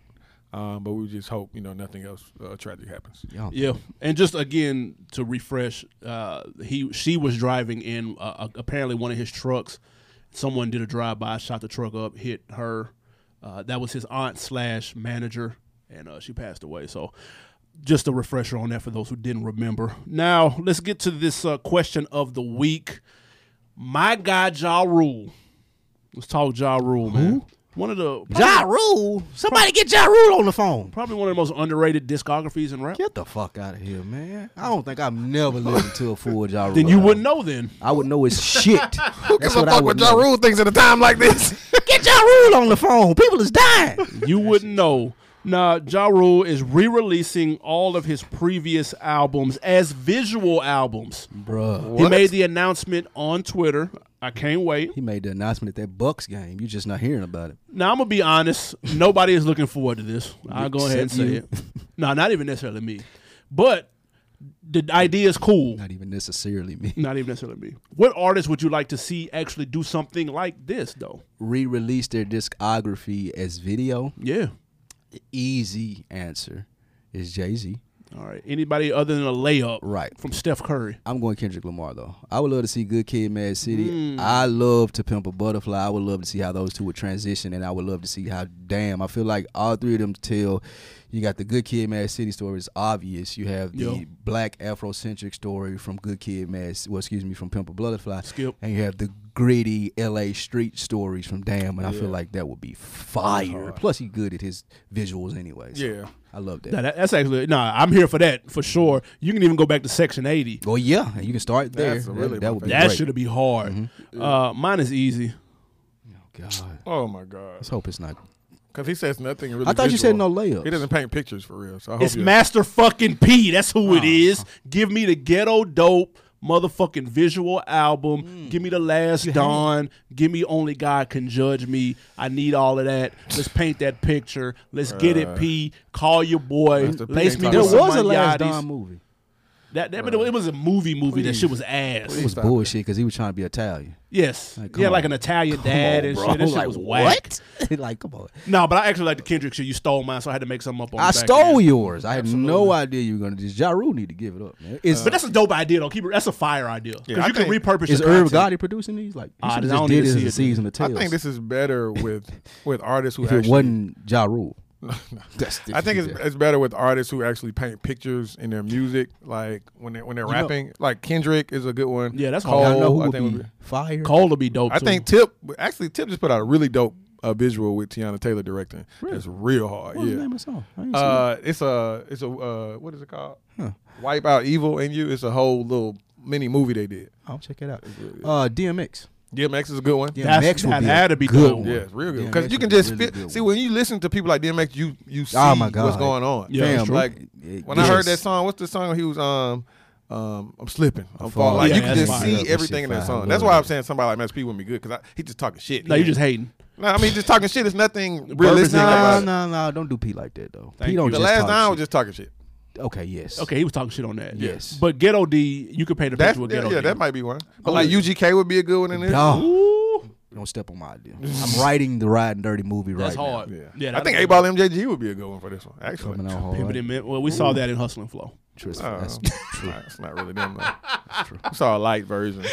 C: Um, but we just hope you know nothing else uh, tragic happens.
B: Yeah.
A: Yeah, and just again to refresh, uh, he she was driving in uh, apparently one of his trucks. Someone did a drive by, shot the truck up, hit her. Uh, that was his aunt slash manager, and uh, she passed away. So, just a refresher on that for those who didn't remember. Now let's get to this uh, question of the week. My guy Ja Rule. Let's talk Ja Rule, man. One of the
B: Ja Rule. Somebody get Ja Rule on the phone.
A: probably one of the most underrated discographies in rap.
B: Get the fuck out of here, man. I don't think I've never listened to a full Ja Rule.
A: Then you
B: album.
A: wouldn't know then.
B: I would know it's shit. Who
C: Give a fuck what Ja Rule thinks at a time like this.
B: Get Ja Rule on the phone. People is dying.
A: You wouldn't know. Now, Ja Rule is re releasing all of his previous albums as visual albums.
B: Bruh.
A: He made the announcement on Twitter. I can't wait.
B: He made the announcement at that Bucks game. You just not hearing about it.
A: Now, I'm going to be honest. Nobody is looking forward to this. I'll go ahead and say
B: Except you.
A: it. No, not even necessarily me. But the idea is cool.
B: Not even necessarily me.
A: Not even necessarily me. What artists would you like to see actually do something like this, though?
B: Re-release their discography as video.
A: Yeah.
B: Easy answer is Jay Z.
A: All right. Anybody other than a layup
B: Right.
A: from Steph Curry?
B: I'm going Kendrick Lamar though. I would love to see Good Kid, Mad City.
C: Mm.
B: I love to Pimp a Butterfly. I would love to see how those two would transition, and I would love to see how. Damn, I feel like all three of them tell. You got the Good Kid, Mad City story is obvious. You have the
A: Yeah.
B: black Afrocentric story from Good Kid, Mad. Well, excuse me, from Pimp a Butterfly.
A: Skip.
B: And you have the gritty L.A. street stories from Damn, and I feel like that would be fire. Plus, he good at his visuals, anyways.
C: Yeah.
B: I love that.
A: Nah, that, that's actually nah. I'm here for that for sure. You can even go back to Section 80.
B: well, yeah, and you can start there.
C: That's
B: That-
C: really
B: that,
C: my
B: would be
A: That
B: great.
A: should be hard.
B: Mm-hmm.
A: Uh, mine is easy.
B: God,
C: Oh my god,
B: let's hope it's not
C: because he says nothing really.
B: I thought you said
C: visual.
B: no layups.
C: He doesn't paint pictures for real. So I hope
A: It's
C: you-
A: Master Fucking P. That's who it
B: Uh-huh.
A: is. Give me the ghetto dope motherfucking visual album.
B: Mm.
A: Give me the Last Dawn. Give me Only God Can Judge Me. I need all of that. Let's paint that picture. Let's get it, P. Call your boy.
C: Master P
A: Lace
C: ain't
A: me.
C: talking
B: There
A: with
B: was
C: about-
A: some
B: a last
A: Mañatis.
B: Don movie.
A: That, that- but it was a movie movie. That shit was ass.
B: It was bullshit because he was trying to be Italian.
A: Yes.
B: Like, come
A: yeah, like
B: on.
A: an Italian dad and shit. That shit
B: Like,
A: was whack.
B: what? like, come on.
A: No, but I actually like the Kendrick shit. You stole mine, so I had to make something up on.
B: I
A: the back
B: stole
A: end.
B: yours. I had no idea you were gonna just. Ja Rule need to give it up, man. Is,
A: But that's a dope idea, though. Keep it, that's a fire idea because
C: I
A: you can
C: think-
A: repurpose.
B: is
A: the
B: Irv
A: content.
B: Gotti producing these? Like, he
A: I
B: should
A: don't
B: have just
A: need
B: did
A: to
B: this
A: see
B: as
A: it,
B: a season of
C: I
B: tales.
C: think this is better with with artists who
B: if it
C: actually
B: wasn't Ja Rule. That's
C: I think it's, it's better with artists who actually paint pictures in their music, like when they when they're rapping. like Kendrick is a good one.
A: Yeah, that's
C: Cole.
A: hard.
B: I know who
C: I
B: would
C: think.
B: be
C: would be-
B: fire.
A: Cole would be dope.
C: I
A: too.
C: think Tip actually Tip just put out a really dope uh, visual with Tiana Taylor directing. It's real hard.
B: What's the
C: yeah.
B: name of the song? I ain't seen it.
C: Uh, it's a it's a uh, what is it called? Wipe out evil in you. It's a whole little mini movie they did.
B: I'll check it out. Uh, DMX.
C: DMX is a good one.
B: DMX
A: That's-
B: would
A: that
B: be a
A: had to be
B: good
A: dope.
B: one.
C: Yeah, it's real
B: DMX
C: good because you
B: would
C: can
B: be a
C: just
B: really
C: feel-
B: good
C: see
B: one.
C: when you listen to people like DMX, you you see
B: Oh, my
C: what's
B: God.
C: going on.
A: Yeah, Damn, that's true.
C: like
B: It-
C: when I
B: yes.
C: heard that song, what's the song he was um um I'm slipping, I'm, falling. Like
A: Yeah,
C: you can
A: that's
C: just
A: fire.
B: Yeah, that
C: see everything
B: shit
C: in that
B: fire.
C: song.
B: I
C: That's
B: love
C: why
B: it.
C: I'm saying somebody like Max P wouldn't be good because he just talking shit.
A: No,
C: He
A: you just
C: ain't-
A: hating.
C: no, I mean just talking shit. There's nothing
A: Purpose
C: realistic
A: ain't
C: about
B: No,
C: it.
B: no, no! Don't do P like that though.
A: Thank
B: P don't
A: you.
C: The
B: just
C: last
B: talk
C: time I was
B: shit.
C: just talking shit.
B: Okay, yes.
A: Okay, he was talking shit on that.
B: Yes.
A: but Ghetto D, you could paint a
C: That's
A: picture with
C: yeah,
A: Ghetto
C: yeah,
A: D.
C: that might be one. But like UGK would be a good one in there.
B: Dog.
A: Ooh,
B: Don't step on my idea. I'm writing the Riding Dirty movie
A: That's
B: right now.
A: hard.
C: Yeah.
A: yeah
C: I
A: that'd
C: think
A: be-
C: A Ball MJG would be a good one for this one, actually.
B: Coming out hard.
A: Pivot and Mid- Well, we saw that in Hustling Flow.
B: Trust me,
C: Oh,
B: that's
C: it's not- It's not really them, though. It's all light version.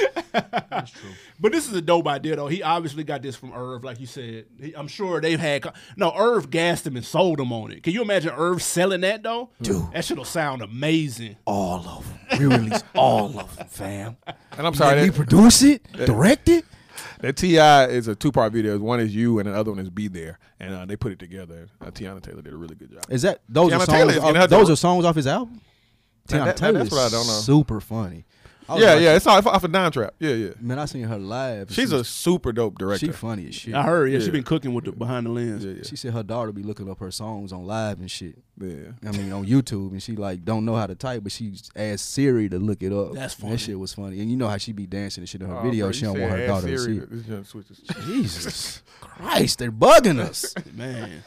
A: But this is a dope idea, though. He obviously got this from Irv, like you said. He, I'm sure they've had. co- No, Irv gassed him and sold him on it. Can you imagine Irv selling that, though? Dude. That shit'll sound amazing.
B: all of them. We release all of them, fam.
C: And I'm
B: Sorry,
C: sorry,
B: we
C: that,
B: produce it, direct it.
C: that Ti is a two part video. One is you, and the other one is Be There, and uh, they put it together. Uh, Tiana Taylor did a really good job.
B: Is that those
C: Tiana
B: are
C: Taylor,
B: songs?
C: you
B: off-
C: know,
B: those
C: the-
B: are songs off his album.
C: Now,
B: Tiana
C: that- now,
B: Taylor
C: that's
B: is
C: what I don't know.
B: super funny. I was
C: yeah,
B: like,
C: yeah, it's off, off a Dime Trap. Yeah, yeah.
B: Man, I seen her live. and
C: She's
B: she-
C: a super dope director.
B: she funny as shit.
A: I heard. Yeah, she been cooking with the behind the lens.
C: Yeah, yeah.
B: She said her daughter be looking up her songs on live and shit.
C: yeah.
B: I mean, on YouTube, and she like don't know how to type, but she asked Siri to look it up.
A: That's
B: That
A: funny.
B: shit was funny, and you know how she be dancing and shit in her
C: Oh,
B: video.
C: bro,
B: She
C: you
B: don't
C: said
B: want her
C: ask
B: daughter to
C: Siri
B: see.
C: to-
B: it.
C: this gonna switch this-
B: Jesus Christ, they're bugging us.
A: Man.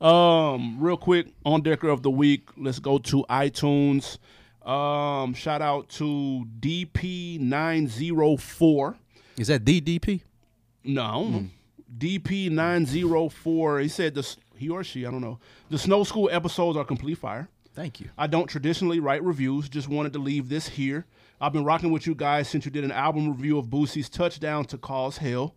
A: Um, real quick, on Decker of the Week, let's go to iTunes. Um, shout out to DP904.
B: Is that DDP? Hmm.
A: No. DP904. He said this he or she, I don't know. The snow school episodes are complete fire.
B: Thank you.
A: I don't traditionally write reviews, just wanted to leave this here. I've been rocking with you guys since you did an album review of Boosie's touchdown to cause hell.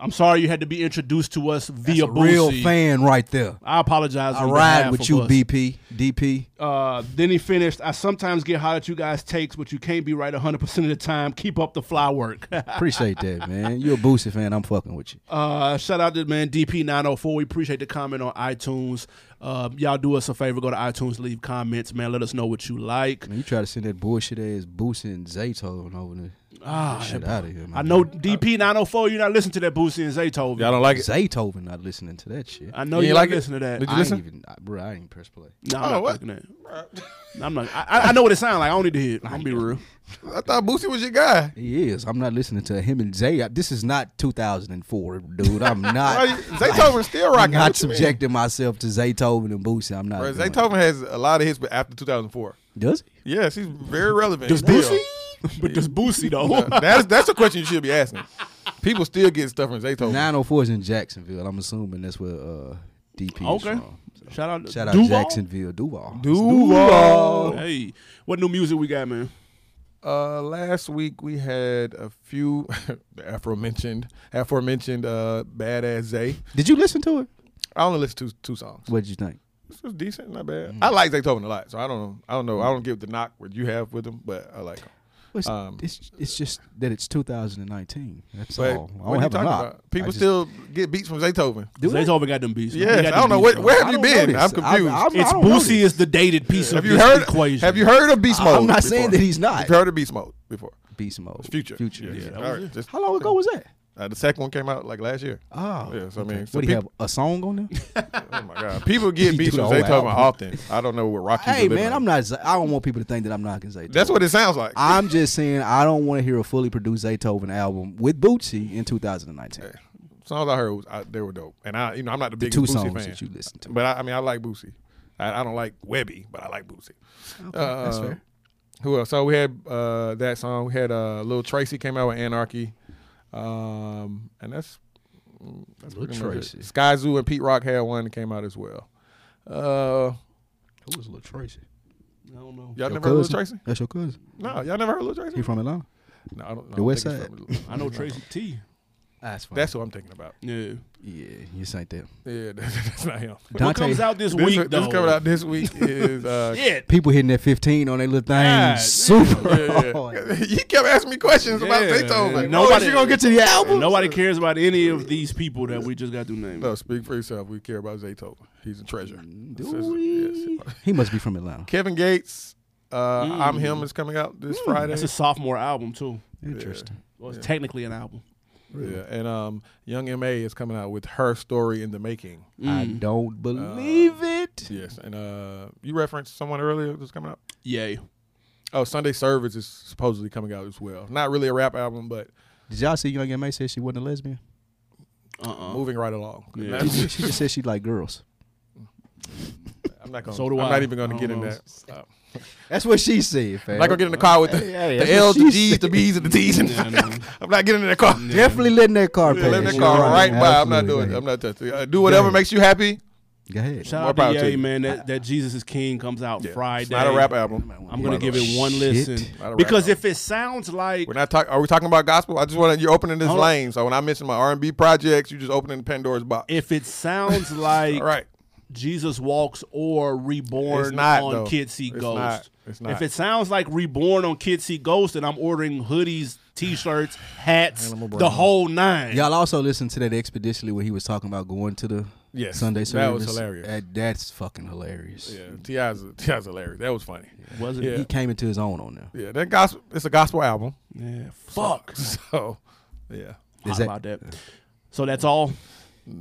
A: I'm sorry you had to be introduced to us via Boosie.
B: Real fan right there.
A: I apologize.
B: I
A: on
B: ride
A: behalf
B: with
A: of
B: you,
A: us.
B: BP, DP.
A: Uh, then he finished. I sometimes get hot at you guys' takes, but you can't be right 100 percent of the time. Keep up the fly work.
B: Appreciate that, man. You're a Boosie fan. I'm fucking with you.
A: uh, shout out to man DP904. We appreciate the comment on iTunes. Uh, y'all do us a favor. Go to iTunes, leave comments, man. Let us know what you like.
B: Man, you try to send that bullshit ass Boosie and Zaytoven over there. Ah, shit out of here, man.
A: I know DP904. You're not listening to that Boosie and Zaytoven.
C: Y'all don't like it?
B: Zaytoven not listening to that shit.
A: I
B: I,
A: know you
C: You ain't
A: are
C: like
A: not
C: it?
A: listening to
C: Did
A: that.
C: you listen? Oh,
B: ain't even, I, bro. I ain't press play.
A: No, I'm not
C: what?
A: looking at it. I'm not. I, I- I know what it sounds like. I don't need to hear it. I'm gonna be real.
C: I thought Boosie was your guy.
B: He is. I'm not listening to him and Zay. I- This is not 2004, dude. I'm
C: Bro,
B: not.
C: Zaytoven's still
B: I'm
C: rocking.
B: not
C: What you mean?
B: subjecting myself to Zaytoven and Boosie. I'm not.
C: Bro,
B: doing it.
C: Zaytoven has a lot of hits, but after 2004.
B: does he?
C: Yes, he's very relevant.
B: Does
C: Still.
B: Boosie?
A: But this Boosie though.
C: That's that's a question you should be asking. People still get stuff from Zaytoven.
B: 904 is in Jacksonville. I'm assuming that's where uh, DP is
A: Okay.
B: from.
A: Shout out. to
B: Shout out
A: Duval?
B: Jacksonville, Duval.
C: Duval.
A: Hey, what new music we got, man?
C: Uh, last week we had a few the aforementioned aforementioned uh, badass Zay.
B: Did you listen to it?
C: I only listened to two songs.
B: What Mm. did you think?
C: This was decent, not bad. I like Zaytoven a lot, so I don't I don't know. I don't give the knock what you have with him, but I like him.
B: It's,
C: Um,
B: it's it's just that it's 2019. That's all.
C: But
B: I
C: what
B: don't
C: you
B: have a
C: talking
B: lot.
C: about? People
B: I just-
C: still get beats from Zaytoven.
B: Do they?
A: Zaytoven got them beats. man. He
C: Yes,
A: got
C: I don't
A: them
C: know
A: beats,
C: where,
A: bro.
C: where
B: I
C: have you
B: don't know
C: been?
B: this.
C: I'm
B: I-
C: confused.
B: I'm-
A: It's
B: I don't know
A: Boosie
B: this.
A: is the dated piece of
C: have you
A: this
C: heard?
A: equation.
C: Have you heard of Beast
B: I'm
C: Mode?
B: not saying
C: before?
B: that he's not.
C: Have you heard of Beast Mode before?
B: Beast mode.
C: Future.
B: Future.
C: Yeah.
A: that
C: All
A: was
C: right. Just-
B: How long ago was that?
C: Uh, the second one came out like last year.
B: Oh,
C: Yeah, so I mean, so
B: what do
C: peop-
B: you have? A song on there?
C: Oh my god, people get
B: He
C: beats
B: do the
C: from Zaytoven
B: whole album.
C: often. I don't know what Rocky.
B: hey man, I'm not. Z- I don't want people to think that I'm knocking Zaytoven.
C: That's what it sounds like.
B: I'm just saying. I don't want to hear a fully produced Zaytoven album with Bootsy in 2019.
C: songs I heard was I, they were dope, and I you know I'm not the biggest
B: two
C: Boosie
B: songs
C: fan.
B: that you listen to.
C: but I, I mean I like Boosie. I, I don't like Webby, but I like Boosie. Uh,
B: that's fair.
C: Who else? So we had uh, that song. We had uh, Lil Tracy came out with Anarchy, um, and that's mm, that's
B: Lil
C: pretty much it.
B: Tracy.
C: Sky Zoo and Pete Rock had one that came out as well. Uh,
B: Who was Lil Tracy?
A: I don't know.
C: y'all
B: Your
C: never heard Lil
B: cousin?
C: Tracy?
B: That's your cousin.
C: No, y'all never heard Lil Tracy?
B: He from Atlanta.
C: No, I don't. I
B: The
C: don't
B: West
C: think he's
B: Side?
C: from Lil-
A: I know Tracy T.
B: That's fine.
C: That's what I'm thinking about.
A: Yeah.
B: yeah. You just ain't that.
C: Yeah, that's not him.
A: What
B: Dante,
A: comes out this,
C: This,
A: week
C: this
A: though?
C: coming out this week is uh,
A: Shit.
B: people hitting that 15 on their little thing.
A: God,
B: super
C: yeah,
B: hard.
C: yeah. you kept asking me questions about
A: Yeah,
C: Beethoven.
A: yeah.
C: Like,
A: Nobody-
C: oh, is you gonna get to the album?
A: Nobody cares about any of these people that we just got through naming.
C: No, speak for yourself. We care about Zaytoven. He's a treasure. This
B: Do
C: is-
B: we?
C: yes.
B: He must be from Atlanta.
C: Kevin Gates, uh,
A: Mm.
C: I'm Him is coming out this Friday.
A: That's a sophomore album too.
B: Interesting.
A: Well, it's technically an album.
C: yeah, and um, Young Ma is coming out with her story in the making.
B: I
C: Uh,
B: don't believe it.
C: Yes, and uh, you referenced someone earlier that's coming out.
A: Yay.
C: Oh, Sunday Service is supposedly coming out as well. Not really a rap album, but
B: Did y'all see Young M.A. said she wasn't a lesbian? Uh-uh.
A: Uh uh
C: moving right along.
A: Yeah.
B: She, she just said she liked girls.
C: I'm not gonna.
A: So do
C: I'm
A: I.
C: not even gonna
A: I
C: get
A: don't
C: in
A: know.
C: that. Uh,
B: That's what she said, fam.
C: I'm not gonna get in the car with the,
B: Yeah, yeah,
C: the
B: that's
C: L's,
B: what
C: the
B: she
C: G's, the B's, and the T's. And I'm not getting in the car.
B: Definitely letting that car pass.
C: Yeah, let that car right by. I'm not doing.
B: Absolutely,
C: I'm not touching. Uh, do whatever
B: Yeah.
C: makes you happy.
B: Go ahead.
C: More
A: Shout
C: power
A: out
C: to
A: to Ye,
C: you.
A: man. That, that Jesus is King comes out Friday.
C: It's not a rap album.
A: I'm gonna
C: Not a-
A: give it one
B: Shit.
C: Not a
A: listen
C: rap
A: because
C: album.
A: if it sounds like
C: We're not talking. Are we talking about gospel? I just want to. You're opening this
A: Hold on.
C: lane. So when I mention my R&B projects, you just opening Pandora's box.
A: if it sounds like
C: All right.
A: Jesus Walks or Reborn
C: It's not,
A: on
C: though.
A: Kids See
C: It's
A: Ghost.
C: not. It's not.
A: If it sounds like Reborn on Kids See Ghost, and I'm ordering hoodies, t-shirts, hats, the whole nine.
B: Y'all also listened to that expeditionally where he was talking about going to the
C: Yes,
B: Sunday
C: that was
B: service.
C: hilarious.
B: That- that's fucking hilarious.
C: Yeah, Ti's Ti's hilarious. That was funny.
A: Was it?
B: He came into his own on there.
C: Yeah, that gospel. It's a gospel album.
A: Yeah, fuck.
C: So, yeah,
A: Hot
B: Is that-
A: about that. So that's all.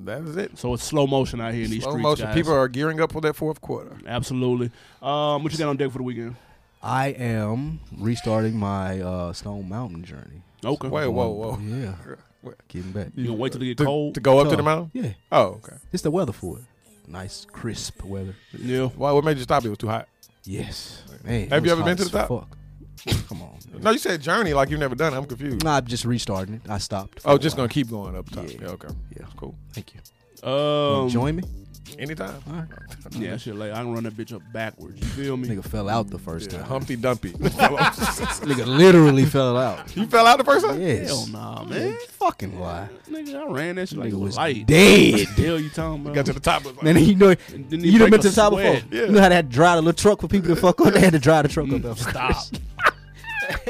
C: that is it.
A: So it's slow motion out here in these
C: Slow
A: streets,
C: motion.
A: guys.
C: People are gearing up for that fourth quarter.
A: Absolutely. Um, what you got on deck for the weekend?
B: I am restarting my uh, Stone Mountain journey. Oh,
A: Okay.
C: Wait, whoa, whoa.
B: Yeah,
C: What?
B: getting back.
A: You gonna wait till it get
C: To,
A: cold?
C: to go up to
B: So,
C: the mountain.
B: Yeah,
C: Oh, okay.
B: it's the weather for it. Nice, crisp weather.
A: yeah.
C: Why? What made you stop? It was too hot.
B: Yes, man. it
C: Have
B: was
C: you ever
B: hot
C: been to
B: as
C: the top?
B: Fuck. Come on. Man.
C: No, you said journey like you've never done. it. I'm confused.
B: Nah, I'm just restarting it. I stopped. for
C: Oh,
B: a
C: just
B: while.
C: gonna keep going up top.
B: Yeah.
C: Yeah, okay.
B: Yeah.
C: cool.
B: Thank you.
A: Um,
B: Join me.
C: Anytime.
B: All right.
A: yeah, that shit. Like I can run that bitch up backwards. You feel me?
B: Nigga fell out the first
C: Yeah,
B: time.
C: Humpty Dumpty.
B: Nigga literally fell out.
C: you fell out the first time.
B: Yes.
A: Hell nah, man.
B: Fucking lie.
A: Nigga, I ran that shit like
B: Nigga
A: it
B: was
A: was light.
B: dead.
A: The hell you talking about?
C: Got to the top. Of
B: Man, you know,
A: he
B: you done been
A: break
B: to
A: a
B: the top
A: sweat.
B: before.
C: Yeah.
B: You know how they had to drive the little truck for people to fuck up? They had to drive the truck up there.
A: Mm, Stop.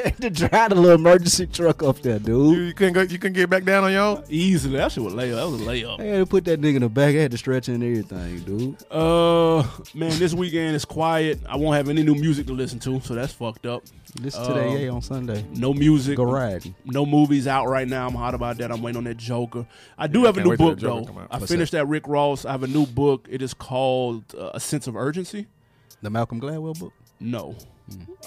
B: had to drive the little emergency truck up there,
C: you,
B: dude.
C: you couldn't go. You couldn't get back down on your own.
A: Easily. That shit was layup. That was a layup.
B: They had to put that nigga in the back. They had to stretch and everything, dude.
A: Uh, man, this weekend is quiet. I won't have any new music to listen to, so that's fucked up.
B: Listen
A: Uh,
B: to that yay on Sunday.
A: No music.
B: Go riding.
A: No movies out right now. I'm hot about that. I'm waiting on that Joker. I do have a
C: can't
A: new
C: wait till
A: book
C: the Joker come
A: though.
C: out.
A: I
B: What's
A: finished that? Rick Ross. I have a new book. It is called uh, A Sense of Urgency.
B: The Malcolm Gladwell book.
A: No,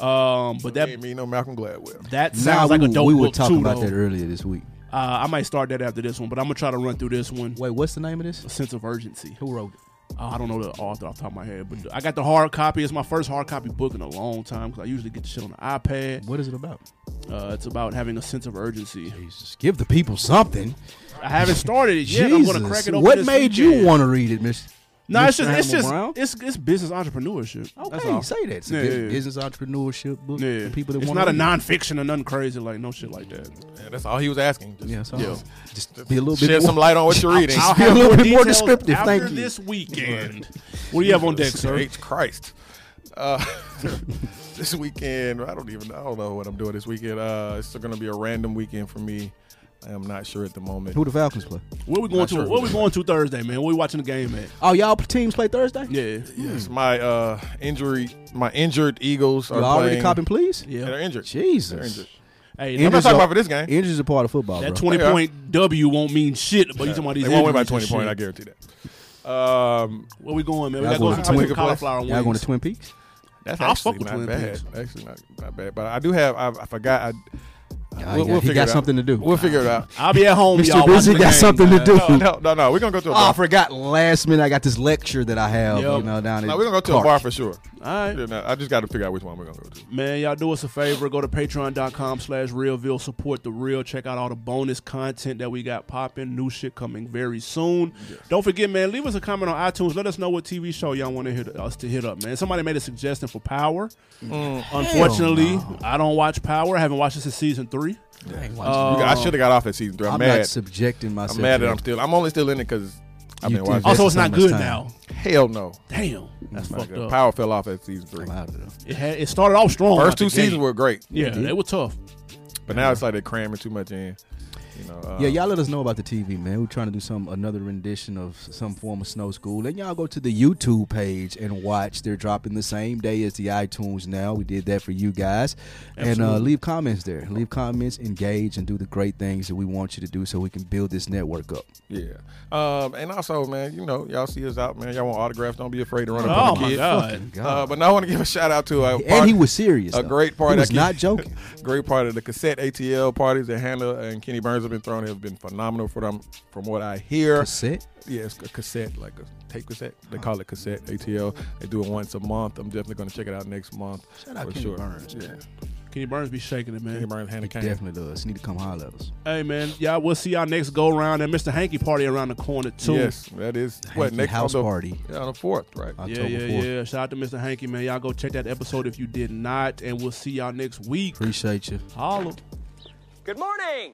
A: um, but
C: That
A: that
C: ain't me no Malcolm Gladwell.
A: that sounds
B: Nah,
A: like
B: we,
A: a dope
B: We
A: book
B: were talking
A: too.
B: about
A: though.
B: that earlier this week.
A: Uh, I might start that after this one, but I'm gonna try to run through this one.
B: Wait, what's the name of this?
A: A sense of urgency.
B: Who wrote it?
A: Uh, I don't know the author off the top of my head, but I got the hard copy. It's my first hard copy book in a long time because I usually get the shit on the iPad.
B: What is it about?
A: Uh, it's about having a sense of urgency.
B: Jesus, give the people something.
A: I haven't started it yet.
B: Jesus,
A: I'm gonna crack it open.
B: what
A: this
B: made
A: weekend.
B: you want to read it, Miss?
A: No, it's just
B: Mr.
A: it's
B: Hamill
A: just
B: Brown?
A: it's it's business entrepreneurship. That's
B: Okay,
A: all.
B: say that. It's a
A: Yeah,
B: bus-
A: yeah, yeah.
B: business entrepreneurship book.
A: Yeah,
B: for people that
A: it's
B: want
A: not a
B: to
A: nonfiction or nothing crazy like no shit like that.
C: Yeah, that's all he was asking. Just
B: Yeah, so
A: Yeah.
B: just be a little
C: shed
B: bit
C: some
B: more.
C: light on what you're reading.
B: I'll- Be a little bit more
A: details
B: descriptive,
A: After
B: thank you.
A: this weekend, what do you have on deck, sir?
C: H Christ. Uh, this weekend, I don't even. I don't know what I'm doing this weekend. Uh, it's going to be a random weekend for me. I am not sure at the moment.
B: Who the Falcons play?
A: Where we going
C: Not
A: to?
C: sure.
A: Where we going to Thursday, man? Where we watching the game at?
B: Oh, y'all teams play Thursday.
A: Yeah,
C: Yes, my uh, injury, my injured Eagles are
B: you already
C: playing.
B: copping, please.
A: yeah.
C: They're injured. They're
B: Jesus,
C: injured.
A: Hey,
B: Injuries
C: I'm not talking
B: are-
C: about for this game.
B: injuries are part of football,
A: that
B: bro.
A: twenty
C: Yeah.
A: point W won't mean shit, but you talking about these?
C: They won't win by
A: injuries and
C: 20 point. I
A: shit.
C: guarantee that. Um,
A: Where we going, man? We
B: Y'all
A: got to go
B: going
A: to
B: to
A: Twin
C: Twin-
A: Cauliflower and
B: y'all going
A: wings.
B: to Twin Peaks?
C: that's
A: I'll
C: actually
A: fuck with
C: not
A: Twin
C: bad.
A: Peaks.
C: Actually not, not bad. But I do have. I, I forgot. I,
B: he got- he got
C: it out.
B: something to do.
C: We'll figure it out.
A: I'll be at home, y'all.
B: Mr.
A: watching
B: Busy
A: the
B: got
A: game,
B: something
A: man.
B: to do.
C: No, no, no, no. We're gonna go to a
B: Oh, I
C: bar.
B: forgot. Last minute, I got this lecture that I have.
A: Yep.
B: You know, down
C: no,
B: at
C: we're gonna go to a
B: Clark.
C: bar for sure.
A: All right.
C: Yeah, no, I just got to figure out which one we're gonna go to.
A: Man, y'all do us a favor. Go to patreon.com slash realville. Support the real. Check out all the bonus content that we got popping. New shit coming very soon. Don't forget, man, leave us a comment on iTunes. Let us know what TV show y'all want to hit us to hit up, man. Somebody made a suggestion for Power.
C: Mm.
A: Unfortunately,
B: Oh,
A: I don't watch Power. I haven't watched it since season three.
B: I ain't
C: You
B: watching-
C: got- I should have got off at season three. I'm,
B: Oh. I'm
C: mad.
B: not subjecting myself.
C: I'm mad
B: to
C: that I'm still. I'm only still in it because I've
B: You
C: been
B: did
C: watching.
B: that.
A: Also,
B: That's
A: it's not
B: how much
A: good
B: time.
A: now.
C: hell no.
A: Damn, that's fucked up.
C: Power fell off at season three.
B: I'm out of there.
A: It, had, it started off strong. out
C: First
A: the
C: two seasons
A: gate.
C: were great,
A: yeah, they were tough.
C: but now it's like they're cramming too much in. You know. Uh,
B: Yeah, y'all let us know about the TV, man. We're trying to do some another rendition of some form of Snow School. Then y'all go to the YouTube page and watch. They're dropping the same day as the iTunes now. We did that for you guys. And uh,
A: Absolutely.
B: leave comments there. Leave comments, engage, and do the great things that we want you to do so we can build this network up.
C: Yeah. Um, and also, man, you know, y'all see us out, man. Y'all want autographs? Don't be afraid to run up
A: Oh
C: on the
A: my
C: kid.
A: god.
C: Uh, but now I want to give a shout out to a part-
B: and he was serious.
C: a
B: though.
C: great part.
B: He was
C: that-
B: not joking.
C: great part of the cassette ATL parties that Hannah and Kenny Burns have been thrown have been phenomenal for them, from what I hear.
B: Cassette?
C: Yeah, it's a cassette, like a tape cassette. They call it cassette ATL. They do it once a month. I'm definitely going to check it out next month
B: Shout out
C: for
B: Kenny
C: sure.
B: Burns,
C: yeah,
B: man.
A: Kenny Burns be shaking it, man.
C: Kenny Burns, Hannah Kane.
B: Definitely does. You need to come holler at us.
A: Hey man, y'all we'll see y'all next go round and Mr. Hanky party around the corner too.
C: Yes, that is what
B: Hanky
C: next
B: house
C: on the,
B: party. Uh,
C: Yeah, on the fourth, right?
A: Yeah,
B: October
A: yeah,
B: 4th.
A: yeah. Shout out to Mr. Hanky, man. Y'all go check that episode if you did not, and we'll see y'all next week.
B: Appreciate you.
A: Holla.
H: Good morning.